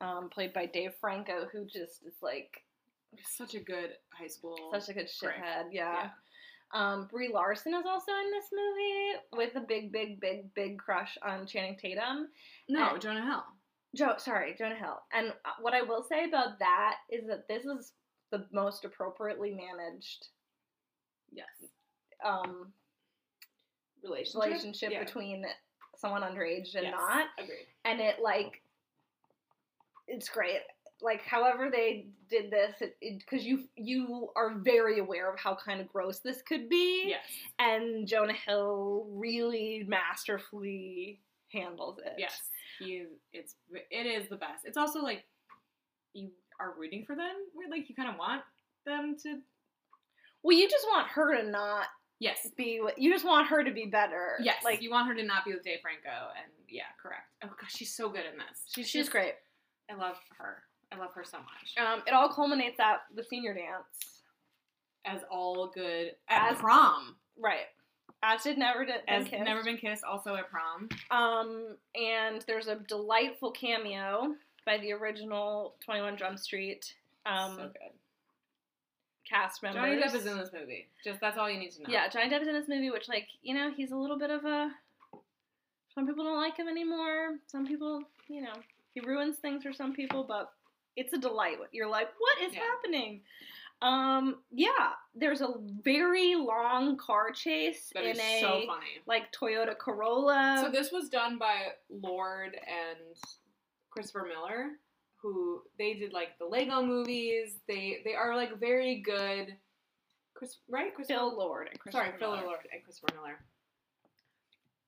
Speaker 4: um, played by Dave Franco, who just is, like,
Speaker 5: Such a good high school.
Speaker 4: such a good
Speaker 5: prick.
Speaker 4: shithead. Yeah.
Speaker 5: Yeah.
Speaker 4: Um, Brie Larson is also in this movie with a big, big, big, big crush on Channing Tatum.
Speaker 5: No,
Speaker 4: And-
Speaker 5: Jonah Hill.
Speaker 4: Joe, sorry, Jonah Hill. And uh, what I will say about that is that this is the most appropriately managed
Speaker 5: Yes.
Speaker 4: um,
Speaker 5: Relationship.
Speaker 4: relationship
Speaker 5: Yeah.
Speaker 4: between someone underage and
Speaker 5: Yes.
Speaker 4: not,
Speaker 5: Agreed.
Speaker 4: and it like it's great. Like however they did this, because you you are very aware of how kind of gross this could be,
Speaker 5: Yes.
Speaker 4: and Jonah Hill really masterfully handles it.
Speaker 5: Yes. He is, it's it is the best. It's also like you are rooting for them. We're like you kind of want them to.
Speaker 4: Well, you just want her to not
Speaker 5: Yes.
Speaker 4: be. what- You just want her to be better.
Speaker 5: Yes. Like
Speaker 4: Like
Speaker 5: you want her to not be with Dave Franco, and yeah, correct. Oh gosh, she's so good in this. She's
Speaker 4: she's
Speaker 5: just-
Speaker 4: great.
Speaker 5: I love her. I love her so much.
Speaker 4: Um, it all culminates at the senior dance.
Speaker 5: As all good at
Speaker 4: As-
Speaker 5: prom.
Speaker 4: Right. As did never did
Speaker 5: As
Speaker 4: Kissed.
Speaker 5: never been kissed. Also at prom.
Speaker 4: Um, and there's a delightful cameo by the original 21 Jump Street um,
Speaker 5: so good.
Speaker 4: cast members.
Speaker 5: Johnny Depp is in this movie. Just that's all you need to know.
Speaker 4: Yeah, Johnny Depp is in this movie, which, like, you know, he's a little bit of a. Some people don't like him anymore. Some people, you know, he ruins things for some people, but it's a delight. You're like, what is
Speaker 5: Yeah.
Speaker 4: happening? Um, yeah, there's a very long car chase
Speaker 5: that
Speaker 4: in
Speaker 5: is
Speaker 4: a
Speaker 5: so funny.
Speaker 4: like Toyota Corolla.
Speaker 5: So this was done by Lord and Christopher Miller, who they did like the Lego movies. They they are like very good. Chris, right? Christopher,
Speaker 4: Phil Lord and
Speaker 5: sorry,
Speaker 4: Christopher
Speaker 5: Phil
Speaker 4: Miller.
Speaker 5: Lord and Christopher Miller.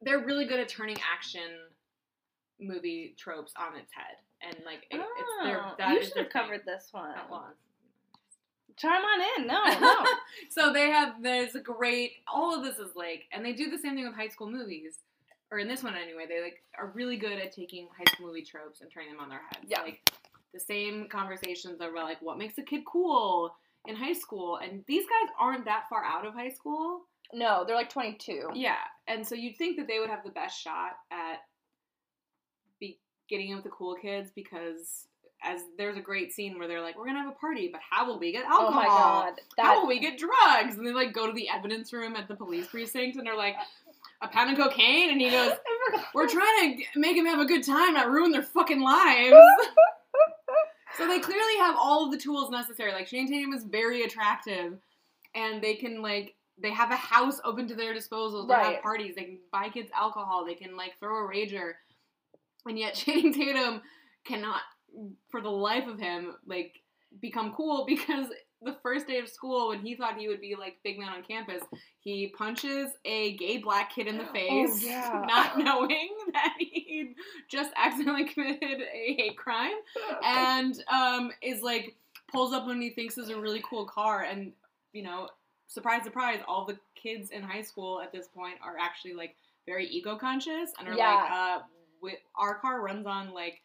Speaker 5: They're really good at turning action movie tropes on its head, and like it, it's their.
Speaker 4: Oh,
Speaker 5: that
Speaker 4: you
Speaker 5: is
Speaker 4: should
Speaker 5: their
Speaker 4: have
Speaker 5: thing.
Speaker 4: covered this one.
Speaker 5: That was.
Speaker 4: Chime on in. No, [laughs] no.
Speaker 5: so they have there's a great all of this is like and they do the same thing with high school movies or in this one anyway they like are really good at taking high school movie tropes and turning them on their head
Speaker 4: Yeah.
Speaker 5: like the same conversations are about like what makes a kid cool in high school and these guys aren't that far out of high school
Speaker 4: no, they're like 22.
Speaker 5: yeah and so you'd think that they would have the best shot at be getting in with the cool kids because as there's a great scene where they're like we're gonna have a party but how will we get alcohol
Speaker 4: Oh my god,
Speaker 5: how
Speaker 4: that
Speaker 5: will we get drugs? And they like go to the evidence room at the police precinct and they're like, a pound of cocaine? And he
Speaker 4: [laughs]
Speaker 5: goes,
Speaker 4: I forgot.
Speaker 5: we're trying to g- make them have a good time, not ruin their fucking
Speaker 4: [laughs]
Speaker 5: lives. so they clearly have all of the tools necessary. Like Shane Tatum is very attractive and they can like, they have a house open to their disposal. They
Speaker 4: Right.
Speaker 5: have parties. They can buy kids alcohol. They can like throw a rager. And yet [laughs] Channing Tatum cannot, for the life of him, like become cool [laughs] because the first day of school when he thought he would be like big man on campus, he punches a gay black kid in the face, [laughs]
Speaker 4: yeah.
Speaker 5: not knowing that he'd just accidentally [laughs] committed a hate crime and um, is like pulls up when he thinks is a really cool car, and you know, surprise, surprise, all the kids in high school at this point are actually like very ego conscious and are like, uh, wi- our car runs on like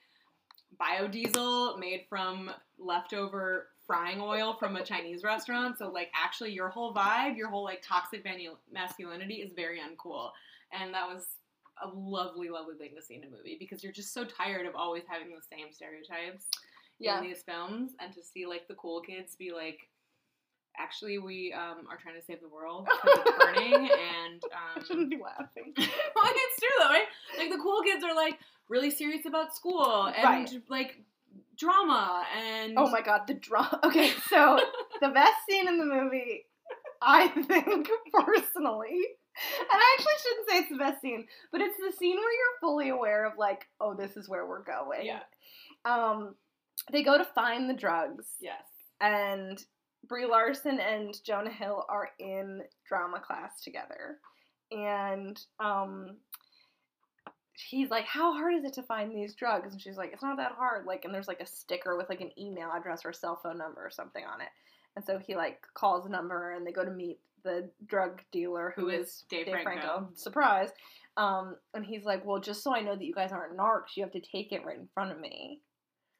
Speaker 5: biodiesel made from leftover frying oil from a Chinese restaurant. So like, actually, your whole vibe, your whole like toxic manu- masculinity is very uncool, and that was. A lovely, lovely thing to see in a movie because you're just so tired of always having the same stereotypes
Speaker 4: Yeah.
Speaker 5: in these films and to see like the cool kids be like actually we um, are trying to save the world 'cause
Speaker 4: [laughs]
Speaker 5: it's burning and
Speaker 4: I [laughs] shouldn't
Speaker 5: um,
Speaker 4: be laughing.
Speaker 5: [laughs] well, it's true though right like the cool kids are like really serious about school and
Speaker 4: Right.
Speaker 5: like drama and
Speaker 4: Oh my god, the drama. [laughs] Okay, so the best scene in the movie, I think [laughs] personally, and I actually shouldn't say it's the best scene, but it's the scene where you're fully aware of like, oh, this is where we're going.
Speaker 5: Yeah.
Speaker 4: Um, they go to find the drugs,
Speaker 5: yes
Speaker 4: and Brie Larson and Jonah Hill are in drama class together, and um. He's like, how hard is it to find these drugs? And she's like, it's not that hard. Like, and there's like a sticker with like an email address or cell phone number or something on it. And so he like calls a number, and they go to meet the drug dealer
Speaker 5: Who is Dave Franco.
Speaker 4: Surprise! Um, and he's like, well, just so I know that you guys aren't narcs, you have to take it right in front of me,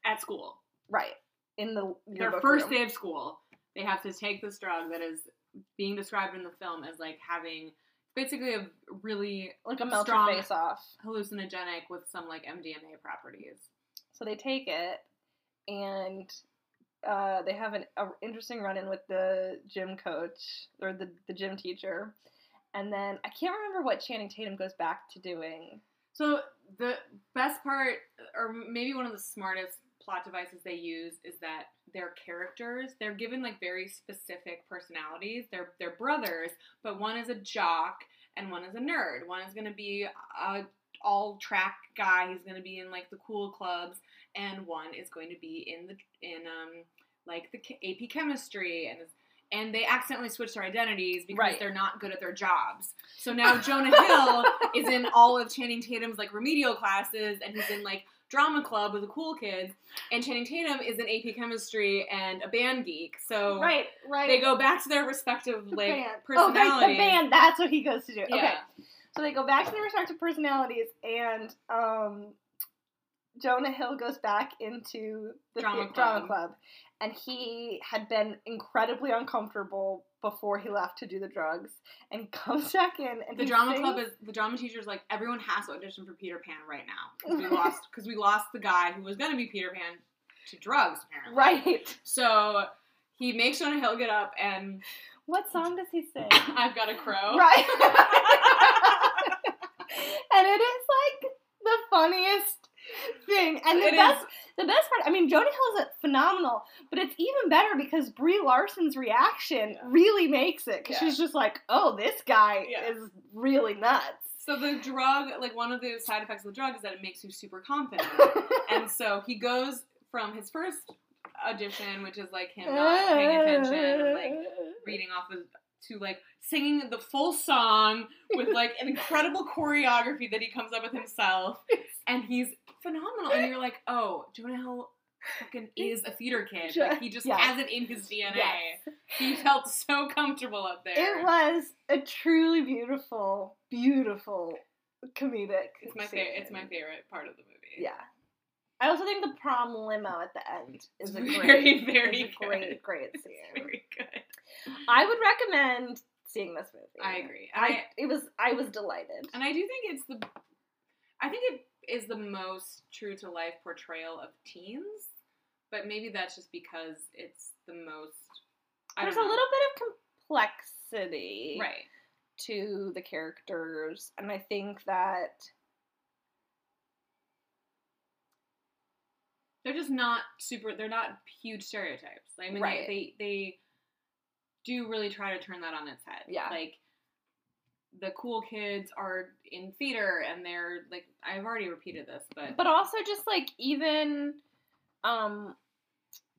Speaker 5: at school
Speaker 4: right in the
Speaker 5: their
Speaker 4: yearbook
Speaker 5: first
Speaker 4: room.
Speaker 5: day of school they have to take this drug that is being described in the film as like having basically a really
Speaker 4: like a melt
Speaker 5: strong-
Speaker 4: your face off.
Speaker 5: hallucinogenic with some like mdma properties
Speaker 4: So they take it, and uh, they have an a interesting run in with the gym coach or the, the gym teacher. And then I can't remember what Channing Tatum goes back to doing.
Speaker 5: So the best part, or maybe one of the smartest plot devices they use, is that their characters they're given like very specific personalities. They're they're brothers, but one is a jock and one is a nerd. One is gonna be a all track guy. He's gonna be in like the cool clubs, and one is going to be in the in um like the K- AP chemistry and. And they accidentally switch their identities because
Speaker 4: Right.
Speaker 5: they're not good at their jobs. So now Jonah
Speaker 4: [laughs]
Speaker 5: Hill is in all of Channing Tatum's like remedial classes, and he's in like drama club with the cool kids. And Channing Tatum is in AP chemistry and a band geek. So
Speaker 4: Right, right.
Speaker 5: they go back to their respective like
Speaker 4: band. Oh,
Speaker 5: personalities.
Speaker 4: right, the band. That's what he goes to do.
Speaker 5: Yeah.
Speaker 4: Okay. So they go back to their respective personalities, and um, Jonah Hill goes back into the
Speaker 5: Drama
Speaker 4: the-
Speaker 5: club.
Speaker 4: drama club, and he had been incredibly uncomfortable before he left to do the drugs, and [laughs] he comes back in, and
Speaker 5: The
Speaker 4: he
Speaker 5: drama
Speaker 4: sings-
Speaker 5: club is the drama teacher's like everyone has to audition for Peter Pan right now because we lost
Speaker 4: [laughs]
Speaker 5: because we lost the guy who was gonna be Peter Pan to drugs apparently.
Speaker 4: right.
Speaker 5: So he makes Jonah Hill get up and
Speaker 4: What song does he sing?
Speaker 5: I've got a crow.
Speaker 4: Right. [laughs] and it is like the funniest thing, and the
Speaker 5: It is-
Speaker 4: best The best part, I mean, Jonah Hill is phenomenal, but it's even better because Brie Larson's reaction
Speaker 5: Yeah.
Speaker 4: really makes it. Because
Speaker 5: Yeah.
Speaker 4: she's just like, "Oh, this guy
Speaker 5: Yeah.
Speaker 4: is really nuts."
Speaker 5: So the drug, like one of the side effects of the drug is that it makes you super
Speaker 4: [laughs]
Speaker 5: confident. and so he goes from his first audition, which is like him not paying attention and
Speaker 4: [laughs]
Speaker 5: like reading off of to like singing the full song with like an incredible choreography that he comes up with
Speaker 4: [laughs]
Speaker 5: himself and he's phenomenal and you're like oh jonah hill fucking is a theater
Speaker 4: [laughs]
Speaker 5: kid like he just
Speaker 4: Yes.
Speaker 5: has it in his dna
Speaker 4: Yes.
Speaker 5: he felt so comfortable up there
Speaker 4: It was a truly beautiful, beautiful comedic.
Speaker 5: it's my
Speaker 4: scene.
Speaker 5: favorite it's my favorite part of the movie
Speaker 4: Yeah. I also think the prom limo at the end is a
Speaker 5: It's very,
Speaker 4: great,
Speaker 5: very
Speaker 4: is a great, [laughs] great
Speaker 5: It's
Speaker 4: scene.
Speaker 5: very good
Speaker 4: I would recommend seeing this movie.
Speaker 5: i agree and
Speaker 4: I
Speaker 5: I,
Speaker 4: it was I was delighted.
Speaker 5: and i do think it's the i think it is the most true to life portrayal of teens but maybe that's just because it's the most I
Speaker 4: There's a
Speaker 5: don't
Speaker 4: little
Speaker 5: know.
Speaker 4: bit of complexity
Speaker 5: right
Speaker 4: to the characters, and I think that
Speaker 5: they're just not super they're not huge stereotypes i mean
Speaker 4: Right.
Speaker 5: they, they they do really try to turn that on its head
Speaker 4: Yeah.
Speaker 5: like the cool kids are in theater and they're like i've already repeated this but,
Speaker 4: but also just like even um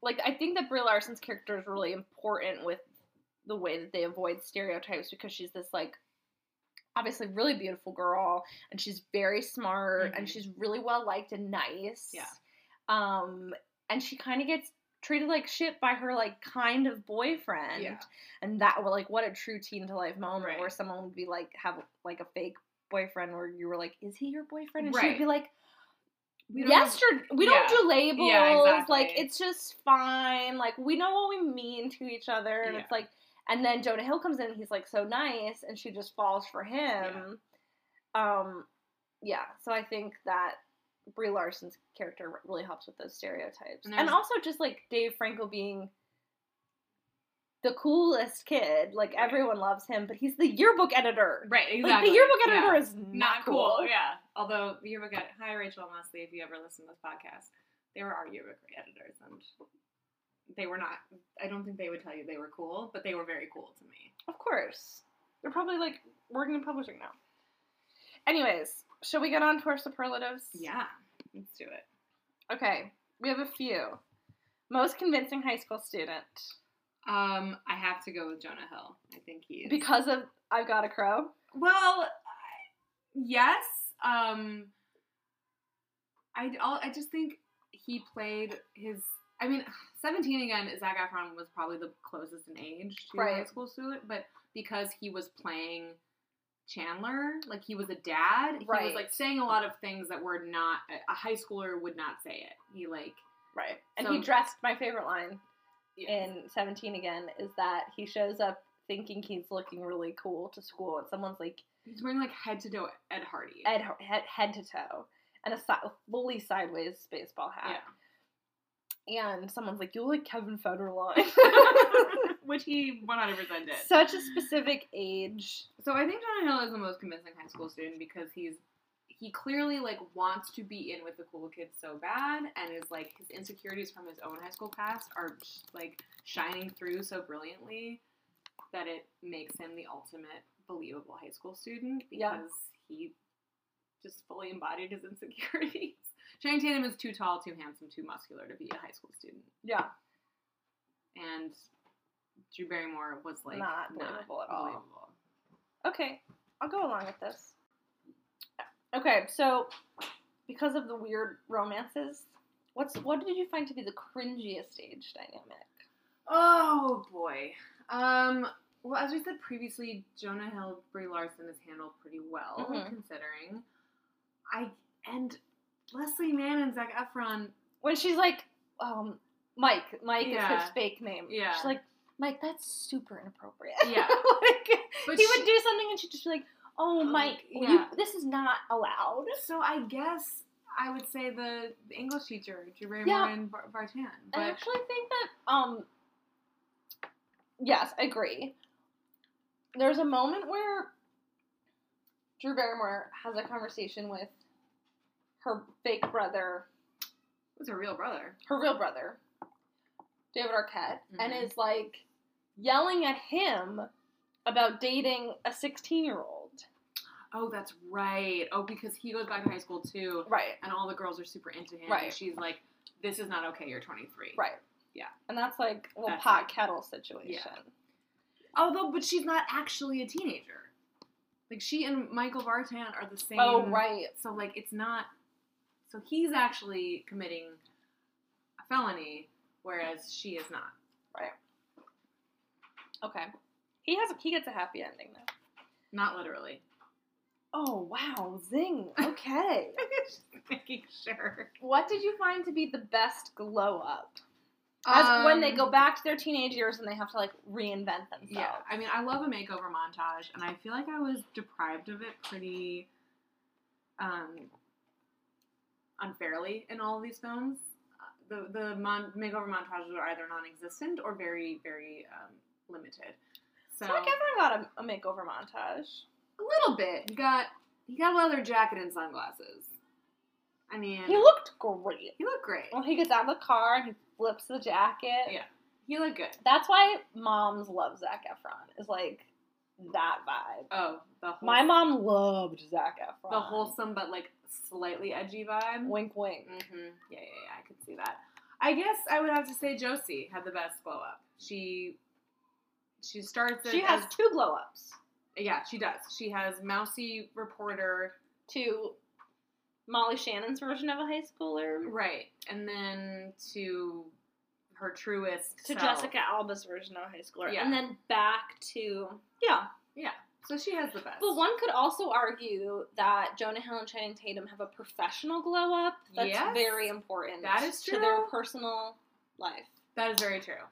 Speaker 4: like I think that Brie Larson's character is really important with the way that they avoid stereotypes because she's this like obviously really beautiful girl, and she's very smart,
Speaker 5: Mhm.
Speaker 4: and she's really well liked and nice.
Speaker 5: Yeah.
Speaker 4: Um, and she kind of gets treated like shit by her like kind of boyfriend.
Speaker 5: Yeah.
Speaker 4: And that well, like what a true teen to life moment
Speaker 5: Right.
Speaker 4: where someone would be like have like a fake boyfriend where you were like, is he your boyfriend? And
Speaker 5: Right.
Speaker 4: she'd be like,
Speaker 5: We don't know-
Speaker 4: yes, you're, we don't
Speaker 5: Yeah.
Speaker 4: do labels. Like
Speaker 5: exactly.
Speaker 4: it's just fine. Like we know what we mean to each other, and
Speaker 5: Yeah.
Speaker 4: it's like. And then Jonah Hill comes in. and He's like so nice, and she just falls for him. Um, yeah. So I think that Brie Larson's character r- really helps with those stereotypes,
Speaker 5: And
Speaker 4: and
Speaker 5: there's-
Speaker 4: also just like Dave Franco being the coolest kid. Like everyone loves him, but he's the yearbook editor.
Speaker 5: Right, exactly.
Speaker 4: Like the yearbook editor
Speaker 5: Yeah.
Speaker 4: is not,
Speaker 5: not cool. Yeah. Although the yearbook ed- hi Rachel and Leslie, if you ever listen to this podcast, they were our yearbook editors and they were not I don't think they would tell you they were cool, but they were very cool to me.
Speaker 4: Of course. They're probably like working in publishing now. Anyways, shall we get on to our superlatives?
Speaker 5: Yeah. Let's do it.
Speaker 4: Okay, we have a few. Most convincing high school student.
Speaker 5: Um, I have to go with Jonah Hill. I think he is
Speaker 4: Because of I've Got a Crow.
Speaker 5: Well, I- yes. Um, I I'll- I just think he played his. I mean, [sighs] seventeen again. Zac Efron was probably the closest in age to a high
Speaker 4: Right.
Speaker 5: school student, but because he was playing Chandler, like he was a dad, he was
Speaker 4: Right.
Speaker 5: like saying a lot of things that were not a a high schooler would not say it. He like
Speaker 4: Right. And
Speaker 5: So-
Speaker 4: he dressed my favorite line
Speaker 5: in
Speaker 4: in 17 again is that he shows up thinking he's looking really cool to school and someone's like
Speaker 5: he's wearing like head to toe Ed Hardy.
Speaker 4: head, head, head to toe and a si- fully sideways baseball hat.
Speaker 5: yeah.
Speaker 4: and someone's like, "You look like
Speaker 5: [laughs]
Speaker 4: Kevin Federline,"
Speaker 5: [laughs]
Speaker 4: [laughs]
Speaker 5: Which he 100% did.
Speaker 4: such a specific age.
Speaker 5: So I think Jonah Hill is the most convincing high school student because he's he clearly like wants to be in with the cool kids so bad, and is like his insecurities from his own high school past are like shining through so brilliantly that it makes him the ultimate believable high school student because
Speaker 4: Yeah.
Speaker 5: he just fully embodied his [laughs] insecurities. Channing Tatum is too tall, too handsome, too muscular to be a high school student,
Speaker 4: Yeah,
Speaker 5: and Drew Barrymore was like
Speaker 4: Not believable at all.
Speaker 5: believable.
Speaker 4: okay, I'll go along with this. Okay, so because of the weird romances, what's what did you find to be the cringiest age dynamic?
Speaker 5: Oh boy. Um. Well, as we said previously, Jonah Hill, Brie Larson is handled pretty well,
Speaker 4: Mhm.
Speaker 5: considering. I and Leslie Mann and Zach Efron.
Speaker 4: When she's like, um, Mike, Mike is
Speaker 5: Yeah.
Speaker 4: his fake name.
Speaker 5: Yeah.
Speaker 4: she's like, Mike, that's super inappropriate. [laughs]
Speaker 5: Yeah.
Speaker 4: like,
Speaker 5: But
Speaker 4: he
Speaker 5: she-
Speaker 4: would do something and she'd just be like, "Oh,
Speaker 5: Oh,
Speaker 4: Mike, you-
Speaker 5: yeah.
Speaker 4: this is not allowed."
Speaker 5: So I guess I would say the, the English teacher, Drew Barrymore
Speaker 4: Yeah. Uh-huh.
Speaker 5: and Bar- Bartan.
Speaker 4: I
Speaker 5: But
Speaker 4: actually think that um yes, I agree. There's a moment where Drew Barrymore has a conversation with her fake brother,
Speaker 5: it was her real brother.
Speaker 4: her real brother, David Arquette, and
Speaker 5: Mhm.
Speaker 4: is like yelling at him about dating a 16-year-old.
Speaker 5: Oh, that's right. Oh, because he goes back to high school too,
Speaker 4: Right.
Speaker 5: and all the girls are super into him. And
Speaker 4: Right.
Speaker 5: she's like, "This is not okay. You're 23."
Speaker 4: Right.
Speaker 5: Yeah.
Speaker 4: And that's like a little
Speaker 5: That's
Speaker 4: pot
Speaker 5: like-
Speaker 4: kettle situation.
Speaker 5: Although, but she's not actually a teenager. Like she and Michael Vartan are the same.
Speaker 4: Oh, right.
Speaker 5: So like it's not. So he's actually committing a felony, whereas she is not.
Speaker 4: Okay. He has a, he gets a happy ending though.
Speaker 5: Not
Speaker 4: [laughs]
Speaker 5: literally.
Speaker 4: Oh wow, zing. [laughs] Okay.
Speaker 5: Just Making sure.
Speaker 4: what did you find to be the best glow up? As when they
Speaker 5: Um,
Speaker 4: go back to their teenage years and they have to like reinvent themselves.
Speaker 5: Yeah, I mean, I love a makeover montage, and I feel like I was deprived of it pretty um, unfairly in all of these films. Uh, The the mon- makeover montages are either non-existent or very very um, limited. So
Speaker 4: So like everyone got a, a makeover montage.
Speaker 5: a little bit. He got he got a leather jacket and sunglasses. I mean,
Speaker 4: He looked great.
Speaker 5: he looked great.
Speaker 4: When he gets out of the car and he flips the jacket.
Speaker 5: Yeah. He looked good.
Speaker 4: That's why moms love Zach Efron. Is like that vibe.
Speaker 5: Oh, the whole
Speaker 4: My mom loved Zach Efron.
Speaker 5: the wholesome but like slightly edgy vibe.
Speaker 4: wink wink.
Speaker 5: Mm-hmm. Yeah, yeah, yeah. I could see that. I guess I would have to say Josie had the best glow up. She she starts it
Speaker 4: She has
Speaker 5: as
Speaker 4: two glow ups.
Speaker 5: Yeah, she does. She has mousy reporter.
Speaker 4: to Molly Shannon's version of a high schooler
Speaker 5: Right. And then to her truest.
Speaker 4: to
Speaker 5: self.
Speaker 4: Jessica Alba's version of a high schooler,
Speaker 5: Yeah.
Speaker 4: and then back to yeah.
Speaker 5: So she has the best.
Speaker 4: But one could also argue that Jonah Hill and Channing Tatum have a professional glow up that's
Speaker 5: Yes.
Speaker 4: very important.
Speaker 5: That is
Speaker 4: to their
Speaker 5: true.
Speaker 4: personal life.
Speaker 5: That is very true.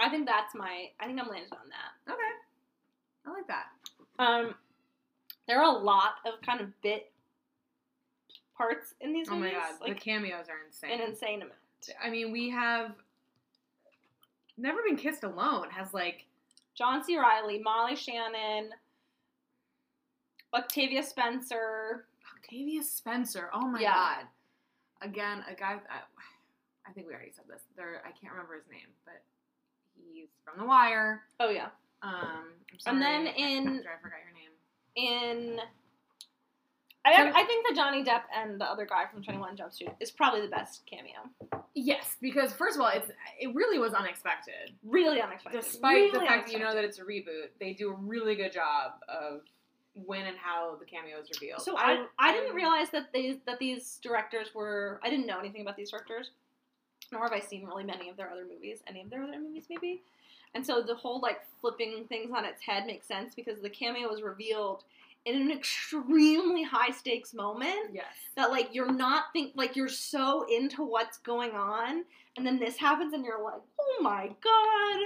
Speaker 4: I think that's my. I think I'm landed on that.
Speaker 5: Okay. I like that.
Speaker 4: Um, there are a lot of kind of bit parts in these
Speaker 5: Oh my
Speaker 4: movies.
Speaker 5: god.
Speaker 4: like
Speaker 5: the cameos are insane.
Speaker 4: an insane amount.
Speaker 5: I mean, we have never been kissed alone. Has like
Speaker 4: John C. Riley, Molly Shannon, Octavia Spencer.
Speaker 5: Octavia Spencer. Oh my
Speaker 4: Yeah.
Speaker 5: god! Again, a guy. I, I think we already said this. There, I can't remember his name, but he's from The Wire.
Speaker 4: Oh yeah,
Speaker 5: Um, I'm sorry,
Speaker 4: And then
Speaker 5: I-
Speaker 4: in-
Speaker 5: I forgot your name.
Speaker 4: in. I, I think that Johnny Depp and the other guy from Twenty One Jump Street is probably the best cameo.
Speaker 5: Yes, because first of all, it's it really was unexpected.
Speaker 4: Really unexpected.
Speaker 5: Despite the
Speaker 4: Really
Speaker 5: fact that you know
Speaker 4: unexpected.
Speaker 5: that it's a reboot, they do a really good job of when and how the cameo is revealed.
Speaker 4: So I, I didn't realize that these that these directors were I didn't know anything about these directors, nor have I seen really many of their other movies, any of their other movies maybe, and so the whole like flipping things on its head makes sense because the cameo was revealed in an extremely high stakes moment
Speaker 5: Yes.
Speaker 4: that like you're not think like you're so into what's going on and then this happens and you're like oh my god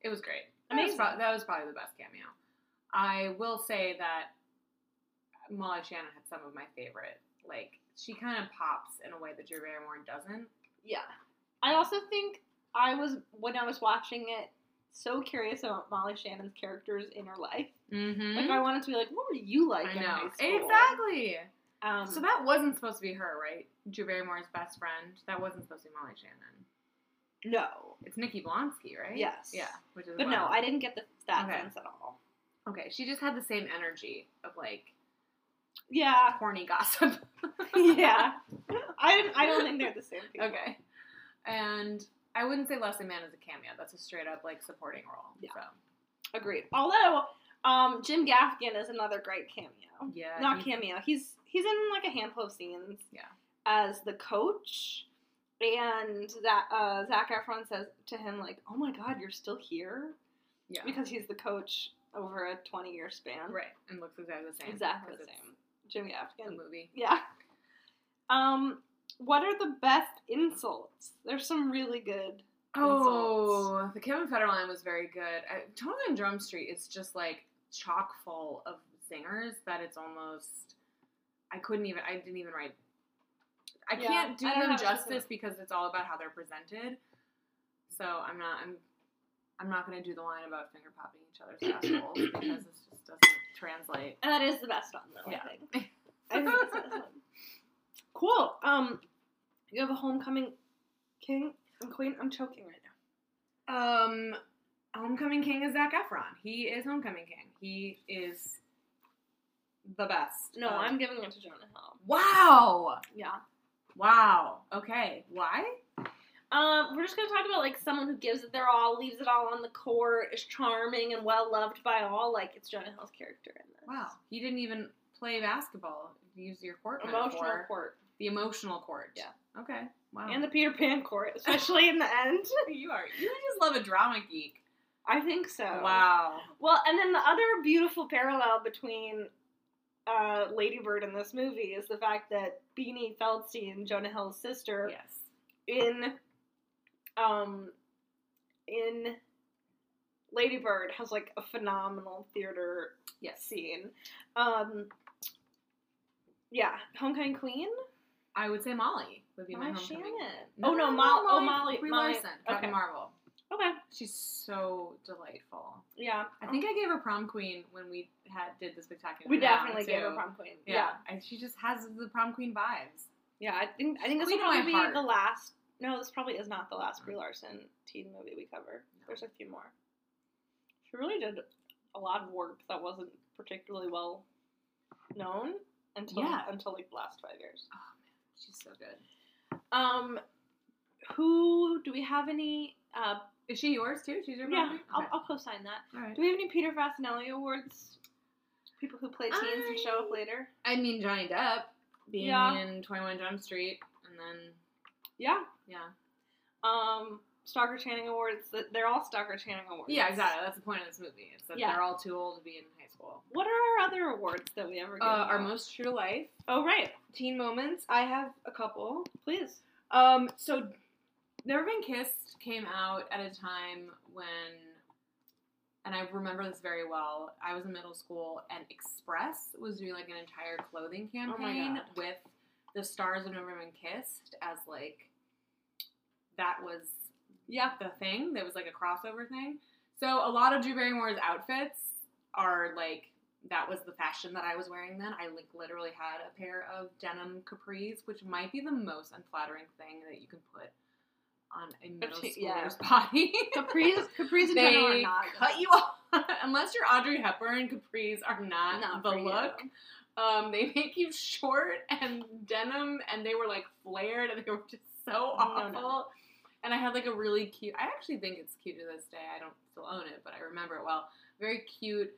Speaker 5: It was great. That
Speaker 4: Amazing.
Speaker 5: was, prob- that was probably the best cameo. I will say that Molly Shannon had some of my favorite. Like she kind of pops in a way that Drew Barrymore doesn't.
Speaker 4: Yeah. I also think I was when I was watching it so curious about Molly Shannon's characters in her life.
Speaker 5: Mm-hmm.
Speaker 4: Like I wanted to be like, what were you like?
Speaker 5: I
Speaker 4: in
Speaker 5: know
Speaker 4: high school?
Speaker 5: exactly.
Speaker 4: Um,
Speaker 5: so that wasn't supposed to be her, right? Drew Barrymore's best friend. That wasn't supposed to be Molly Shannon.
Speaker 4: no,
Speaker 5: It's Nikki Blonsky, right?
Speaker 4: Yes.
Speaker 5: Yeah. Which is
Speaker 4: but
Speaker 5: wild.
Speaker 4: no, I didn't get the, that
Speaker 5: Okay.
Speaker 4: sense at all.
Speaker 5: Okay, she just had the same energy of like
Speaker 4: Yeah, [laughs]
Speaker 5: corny gossip. [laughs]
Speaker 4: yeah. I didn't. I don't think they're the same people.
Speaker 5: Okay. And I wouldn't say Leslie Mann is a cameo. That's a straight up like supporting role.
Speaker 4: Yeah.
Speaker 5: So.
Speaker 4: Agreed. Although um, Jim Gaffigan is another great cameo.
Speaker 5: Yeah.
Speaker 4: Not
Speaker 5: he's-
Speaker 4: cameo. He's he's in like a handful of scenes.
Speaker 5: Yeah.
Speaker 4: As the coach. And that uh, Zach Efron says to him, like, "Oh my God, you're still here,"
Speaker 5: Yeah.
Speaker 4: because he's the coach over a 20-year span.
Speaker 5: right. And looks exactly the same.
Speaker 4: exactly the
Speaker 5: 'cause it's
Speaker 4: same. Jim Gaffigan.
Speaker 5: A movie.
Speaker 4: Yeah. Um, what are the best insults? There's some really good.
Speaker 5: Oh, the Kevin Federline was very good. I, Total and Drum Street is just like chock full of singers that it's almost. I couldn't even. I didn't even write. I
Speaker 4: Yeah,
Speaker 5: can't do
Speaker 4: I don't
Speaker 5: them
Speaker 4: have a choice.
Speaker 5: justice because it's all about how they're presented. So I'm not. I'm. I'm not gonna do the line about finger popping each other's assholes because this just doesn't translate.
Speaker 4: And that is the best one, though.
Speaker 5: Yeah.
Speaker 4: I think. [laughs] I think that's the best one. Cool. Um, you have a homecoming king and queen. I'm choking right now.
Speaker 5: Um, Homecoming King is Zach Efron. He is Homecoming King. He is the best.
Speaker 4: No,
Speaker 5: Um,
Speaker 4: I'm giving it to Jonah Hill.
Speaker 5: Wow.
Speaker 4: uh, Yeah.
Speaker 5: Wow. Okay. Why?
Speaker 4: Um, we're just gonna talk about like someone who gives it their all, leaves it all on the court, is charming and well loved by all. Like it's Jonah Hill's character in this.
Speaker 5: Wow. He didn't even play basketball. Use your court
Speaker 4: Emotional
Speaker 5: metaphor.
Speaker 4: court.
Speaker 5: The emotional court.
Speaker 4: Yeah.
Speaker 5: Okay. Wow.
Speaker 4: And the Peter
Speaker 5: [laughs]
Speaker 4: Pan court, especially in the end.
Speaker 5: you are you just love a drama geek.
Speaker 4: I think so.
Speaker 5: Oh. Wow.
Speaker 4: Well, and then the other beautiful parallel between uh, Lady Bird and this movie is the fact that Beanie Feldstein, Jonah Hill's sister,
Speaker 5: Yes.
Speaker 4: in um in Lady Bird has like a phenomenal theater
Speaker 5: Yes.
Speaker 4: scene. Um, yeah, Homecoming Queen,
Speaker 5: I would say Molly would be
Speaker 4: Molly
Speaker 5: my
Speaker 4: Shannon.
Speaker 5: homecoming.
Speaker 4: oh no, Molly. Oh Molly.
Speaker 5: Brie
Speaker 4: Molly.
Speaker 5: Larson, Captain
Speaker 4: Okay.
Speaker 5: Marvel.
Speaker 4: Okay.
Speaker 5: She's so delightful.
Speaker 4: Yeah.
Speaker 5: I think I gave her prom queen when we had did the spectacular.
Speaker 4: Oh. we
Speaker 5: Now,
Speaker 4: definitely
Speaker 5: too.
Speaker 4: gave her prom queen.
Speaker 5: Yeah.
Speaker 4: yeah.
Speaker 5: And she just has the prom queen vibes.
Speaker 4: Yeah, I think I think this will
Speaker 5: Queen Mm. of my
Speaker 4: probably be
Speaker 5: heart.
Speaker 4: the last. No, this probably is not the last Brie Larson teen movie we cover. There's a few more. She really did a lot of work that wasn't particularly well known until
Speaker 5: Yeah.
Speaker 4: until like the last five years.
Speaker 5: Oh, She's so good.
Speaker 4: Um, who do we have any uh,
Speaker 5: Is she yours too? She's your
Speaker 4: Yeah,
Speaker 5: boundary?
Speaker 4: I'll,
Speaker 5: Okay.
Speaker 4: I'll co-sign that.
Speaker 5: All right.
Speaker 4: Do we have any Peter Fasinelli awards? People who play teens and show up later.
Speaker 5: I mean Johnny Depp being
Speaker 4: Yeah.
Speaker 5: in Twenty One Jump Street, and then
Speaker 4: Yeah.
Speaker 5: yeah,
Speaker 4: Um, Stalker Channing awards. th- They're all Stalker Channing awards.
Speaker 5: yeah, exactly. That's the point of this movie. It's that
Speaker 4: Yeah.
Speaker 5: they're all too old to be in high school.
Speaker 4: What are our other awards that we ever
Speaker 5: Uh,
Speaker 4: get?
Speaker 5: our most true to life
Speaker 4: Oh right,
Speaker 5: teen moments. I have a couple.
Speaker 4: please.
Speaker 5: Um, so Never Been Kissed came out at a time when, and I remember this very well. I was in middle school, and Express was doing like an entire clothing
Speaker 4: my
Speaker 5: campaign
Speaker 4: God.
Speaker 5: with the stars of Never Been Kissed as like that was yeah the thing that was like a crossover thing. So a lot of Drew Barrymore's outfits are like that was the fashion that I was wearing then. I like literally had a pair of denim capris, which might be the most unflattering thing that you can put on a middle
Speaker 4: teen-
Speaker 5: schooler's [laughs]
Speaker 4: yeah.
Speaker 5: body.
Speaker 4: [laughs] Capris, Capris in general are
Speaker 5: They
Speaker 4: not
Speaker 5: [laughs] cut you off unless you're Audrey Hepburn. Capris are not,
Speaker 4: Not
Speaker 5: the
Speaker 4: for you.
Speaker 5: look. Um, they make you short and denim, and they were like flared, and they were just so
Speaker 4: No,
Speaker 5: awful.
Speaker 4: no.
Speaker 5: And I had like a really cute. I actually think it's cute to this day. I don't still own it, but I remember it well. Very cute,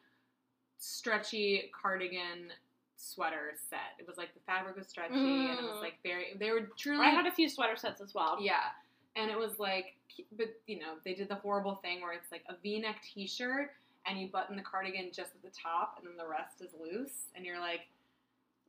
Speaker 5: stretchy cardigan sweater set. It was like the fabric was stretchy, and it was
Speaker 4: Mm.
Speaker 5: like very. They were truly.
Speaker 4: I had a few sweater sets as well.
Speaker 5: Yeah. And it was like, but you know, they did the horrible thing where it's like a v neck t shirt and you button the cardigan just at the top and then the rest is loose. And you're like,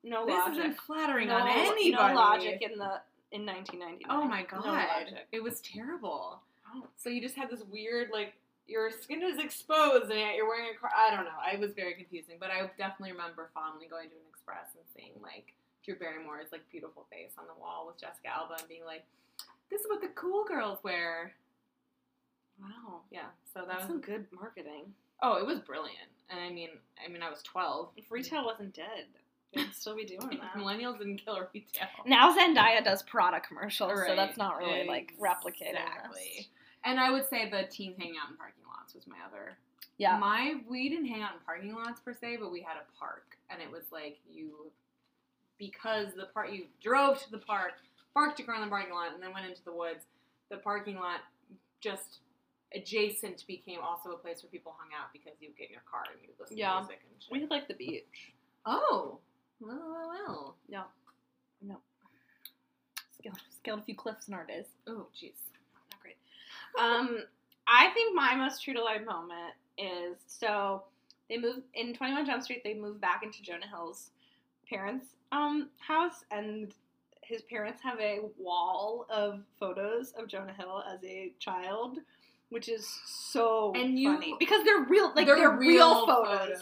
Speaker 4: No
Speaker 5: this
Speaker 4: logic.
Speaker 5: isn't flattering
Speaker 4: no,
Speaker 5: on anybody.
Speaker 4: no logic in the in 1999.
Speaker 5: Oh my God.
Speaker 4: No logic.
Speaker 5: it was terrible. Oh. So you just had this weird, like, your skin is exposed and yet you're wearing a car. I don't know. I was very confusing, but I definitely remember fondly going to an express and seeing, like, Drew Barrymore's, like, beautiful face on the wall with Jessica Alba and being like, this is what the cool girls wear.
Speaker 4: Wow.
Speaker 5: Yeah, so that
Speaker 4: That's
Speaker 5: was
Speaker 4: some good marketing.
Speaker 5: oh, it was brilliant. And I mean, I mean, I was twelve.
Speaker 4: If retail wasn't dead, they'd still be
Speaker 5: Oh,
Speaker 4: [laughs] doing that.
Speaker 5: [laughs] Millennials didn't kill retail.
Speaker 4: now Zendaya does Prada commercials, so
Speaker 5: Right,
Speaker 4: that's not really like replicated.
Speaker 5: Exactly. And I would say the teens hanging out in parking lots was my other.
Speaker 4: Yeah.
Speaker 5: My we didn't hang out in parking lots per se, but we had a park, and it was like you, because the part you drove to the park, parked your car in the parking lot, and then went into the woods. The parking lot just adjacent became also a place where people hung out because you would get in your car and you would listen
Speaker 4: Yeah.
Speaker 5: to music and shit.
Speaker 4: We like the beach.
Speaker 5: Oh, well, well,
Speaker 4: No. No. Scaled, scaled a few cliffs in our days.
Speaker 5: well. Oh, jeez.
Speaker 4: Not great. Um, I think my most true to life moment is so they move in 21 Jump Street, they move back into Jonah Hill's parents' um, house, and his parents have a wall of photos of Jonah Hill as a child. Which is so
Speaker 5: And you-
Speaker 4: funny because they're real, like
Speaker 5: They're
Speaker 4: they're,
Speaker 5: real
Speaker 4: real photos,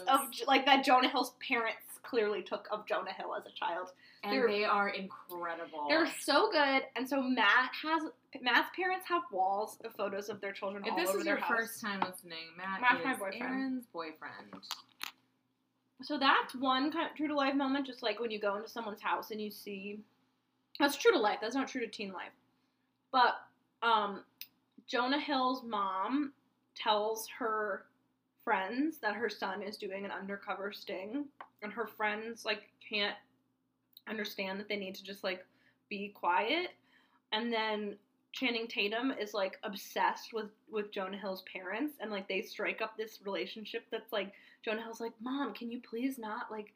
Speaker 5: photos.
Speaker 4: of J- like that Jonah Hill's parents clearly took of Jonah Hill as a child.
Speaker 5: And
Speaker 4: They're-
Speaker 5: they are incredible.
Speaker 4: They're so good, and so Matt has Matt's parents have walls of photos of their children.
Speaker 5: if
Speaker 4: all
Speaker 5: this
Speaker 4: over
Speaker 5: is
Speaker 4: their
Speaker 5: your
Speaker 4: house.
Speaker 5: first time listening, Matt
Speaker 4: Matt's
Speaker 5: is
Speaker 4: my boyfriend.
Speaker 5: Aaron's boyfriend.
Speaker 4: So that's one kind of true to life moment, just like when you go into someone's house and you see. That's true to life. That's not true to teen life. But um, Jonah Hill's mom tells her friends that her son is doing an undercover sting, and her friends like can't understand that they need to just like be quiet. And then Channing Tatum is like obsessed with with Jonah Hill's parents, and like they strike up this relationship that's like Jonah Hill's like, "Mom, can you please not like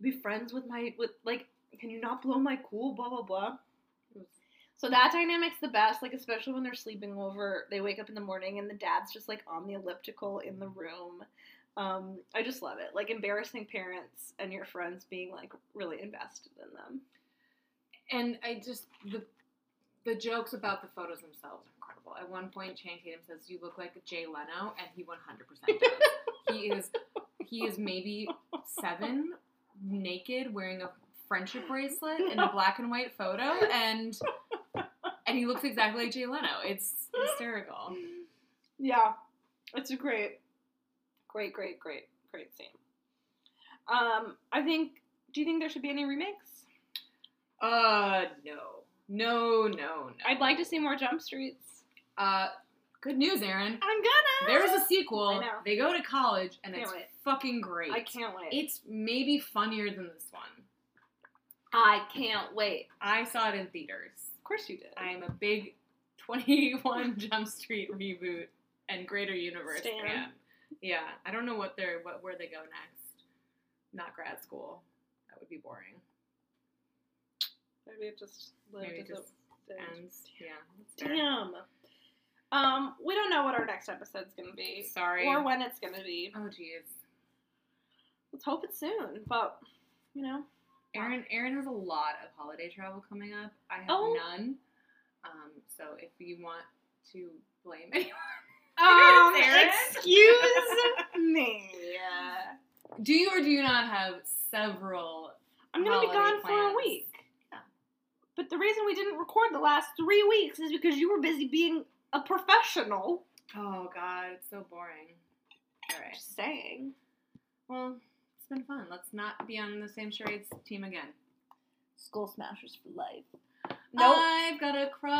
Speaker 4: be friends with my with like can you not blow my cool blah blah blah." So that dynamic's the best, like especially when they're sleeping over. They wake up in the morning and the dad's just like on the elliptical in the room. Um, I just love it. Like embarrassing parents and your friends being like really invested in them.
Speaker 5: And I just the the jokes about the photos themselves are incredible. At one point, Channing Tatum says, "You look like Jay Leno," and he 100 percent does. he is he is maybe seven, naked, wearing a friendship bracelet in a black and white photo, and and he looks exactly like Jay Leno. It's hysterical.
Speaker 4: Yeah, it's a great, great, great, great, great scene. Um, I think. Do you think there should be any remakes?
Speaker 5: Uh, no. No, no, no.
Speaker 4: I'd like to see more Jump Streets.
Speaker 5: Uh, good news, Aaron.
Speaker 4: I'm gonna.
Speaker 5: There's a sequel.
Speaker 4: I know.
Speaker 5: They go to college, and
Speaker 4: Can't
Speaker 5: it's
Speaker 4: wait.
Speaker 5: fucking great.
Speaker 4: I can't wait.
Speaker 5: It's maybe funnier than this one.
Speaker 4: I can't wait.
Speaker 5: I saw it in theaters.
Speaker 4: Of course you did.
Speaker 5: [laughs] I am a big 21 Jump Street reboot and Greater Universe
Speaker 4: Stan.
Speaker 5: Stan. Yeah, I don't know what they're what where they go next. Not grad school. That would be boring.
Speaker 4: Maybe it just lived
Speaker 5: Maybe it
Speaker 4: as a
Speaker 5: just
Speaker 4: thing.
Speaker 5: Ends. Yeah. that's fair.
Speaker 4: Damn. Um, we don't know what our next episode's gonna be.
Speaker 5: Sorry.
Speaker 4: Or when it's gonna be.
Speaker 5: Oh jeez.
Speaker 4: Let's hope it's soon, but you
Speaker 5: [laughs]
Speaker 4: know.
Speaker 5: Aaron Aaron has a lot of holiday travel coming up. I have
Speaker 4: Oh.
Speaker 5: none. Um, so if you want to blame anyone,
Speaker 4: Um,
Speaker 5: Aaron?
Speaker 4: excuse me.
Speaker 5: do you or do you not have several?
Speaker 4: I'm gonna be
Speaker 5: holiday
Speaker 4: gone for a
Speaker 5: plans?
Speaker 4: week. But the reason we didn't record the last three weeks is because you were busy being a professional.
Speaker 5: Oh God, it's so boring. All right.
Speaker 4: Just saying.
Speaker 5: Well, it's been fun. Let's not be on the same charades team again.
Speaker 4: Skull smashers for life.
Speaker 5: I've got a crow.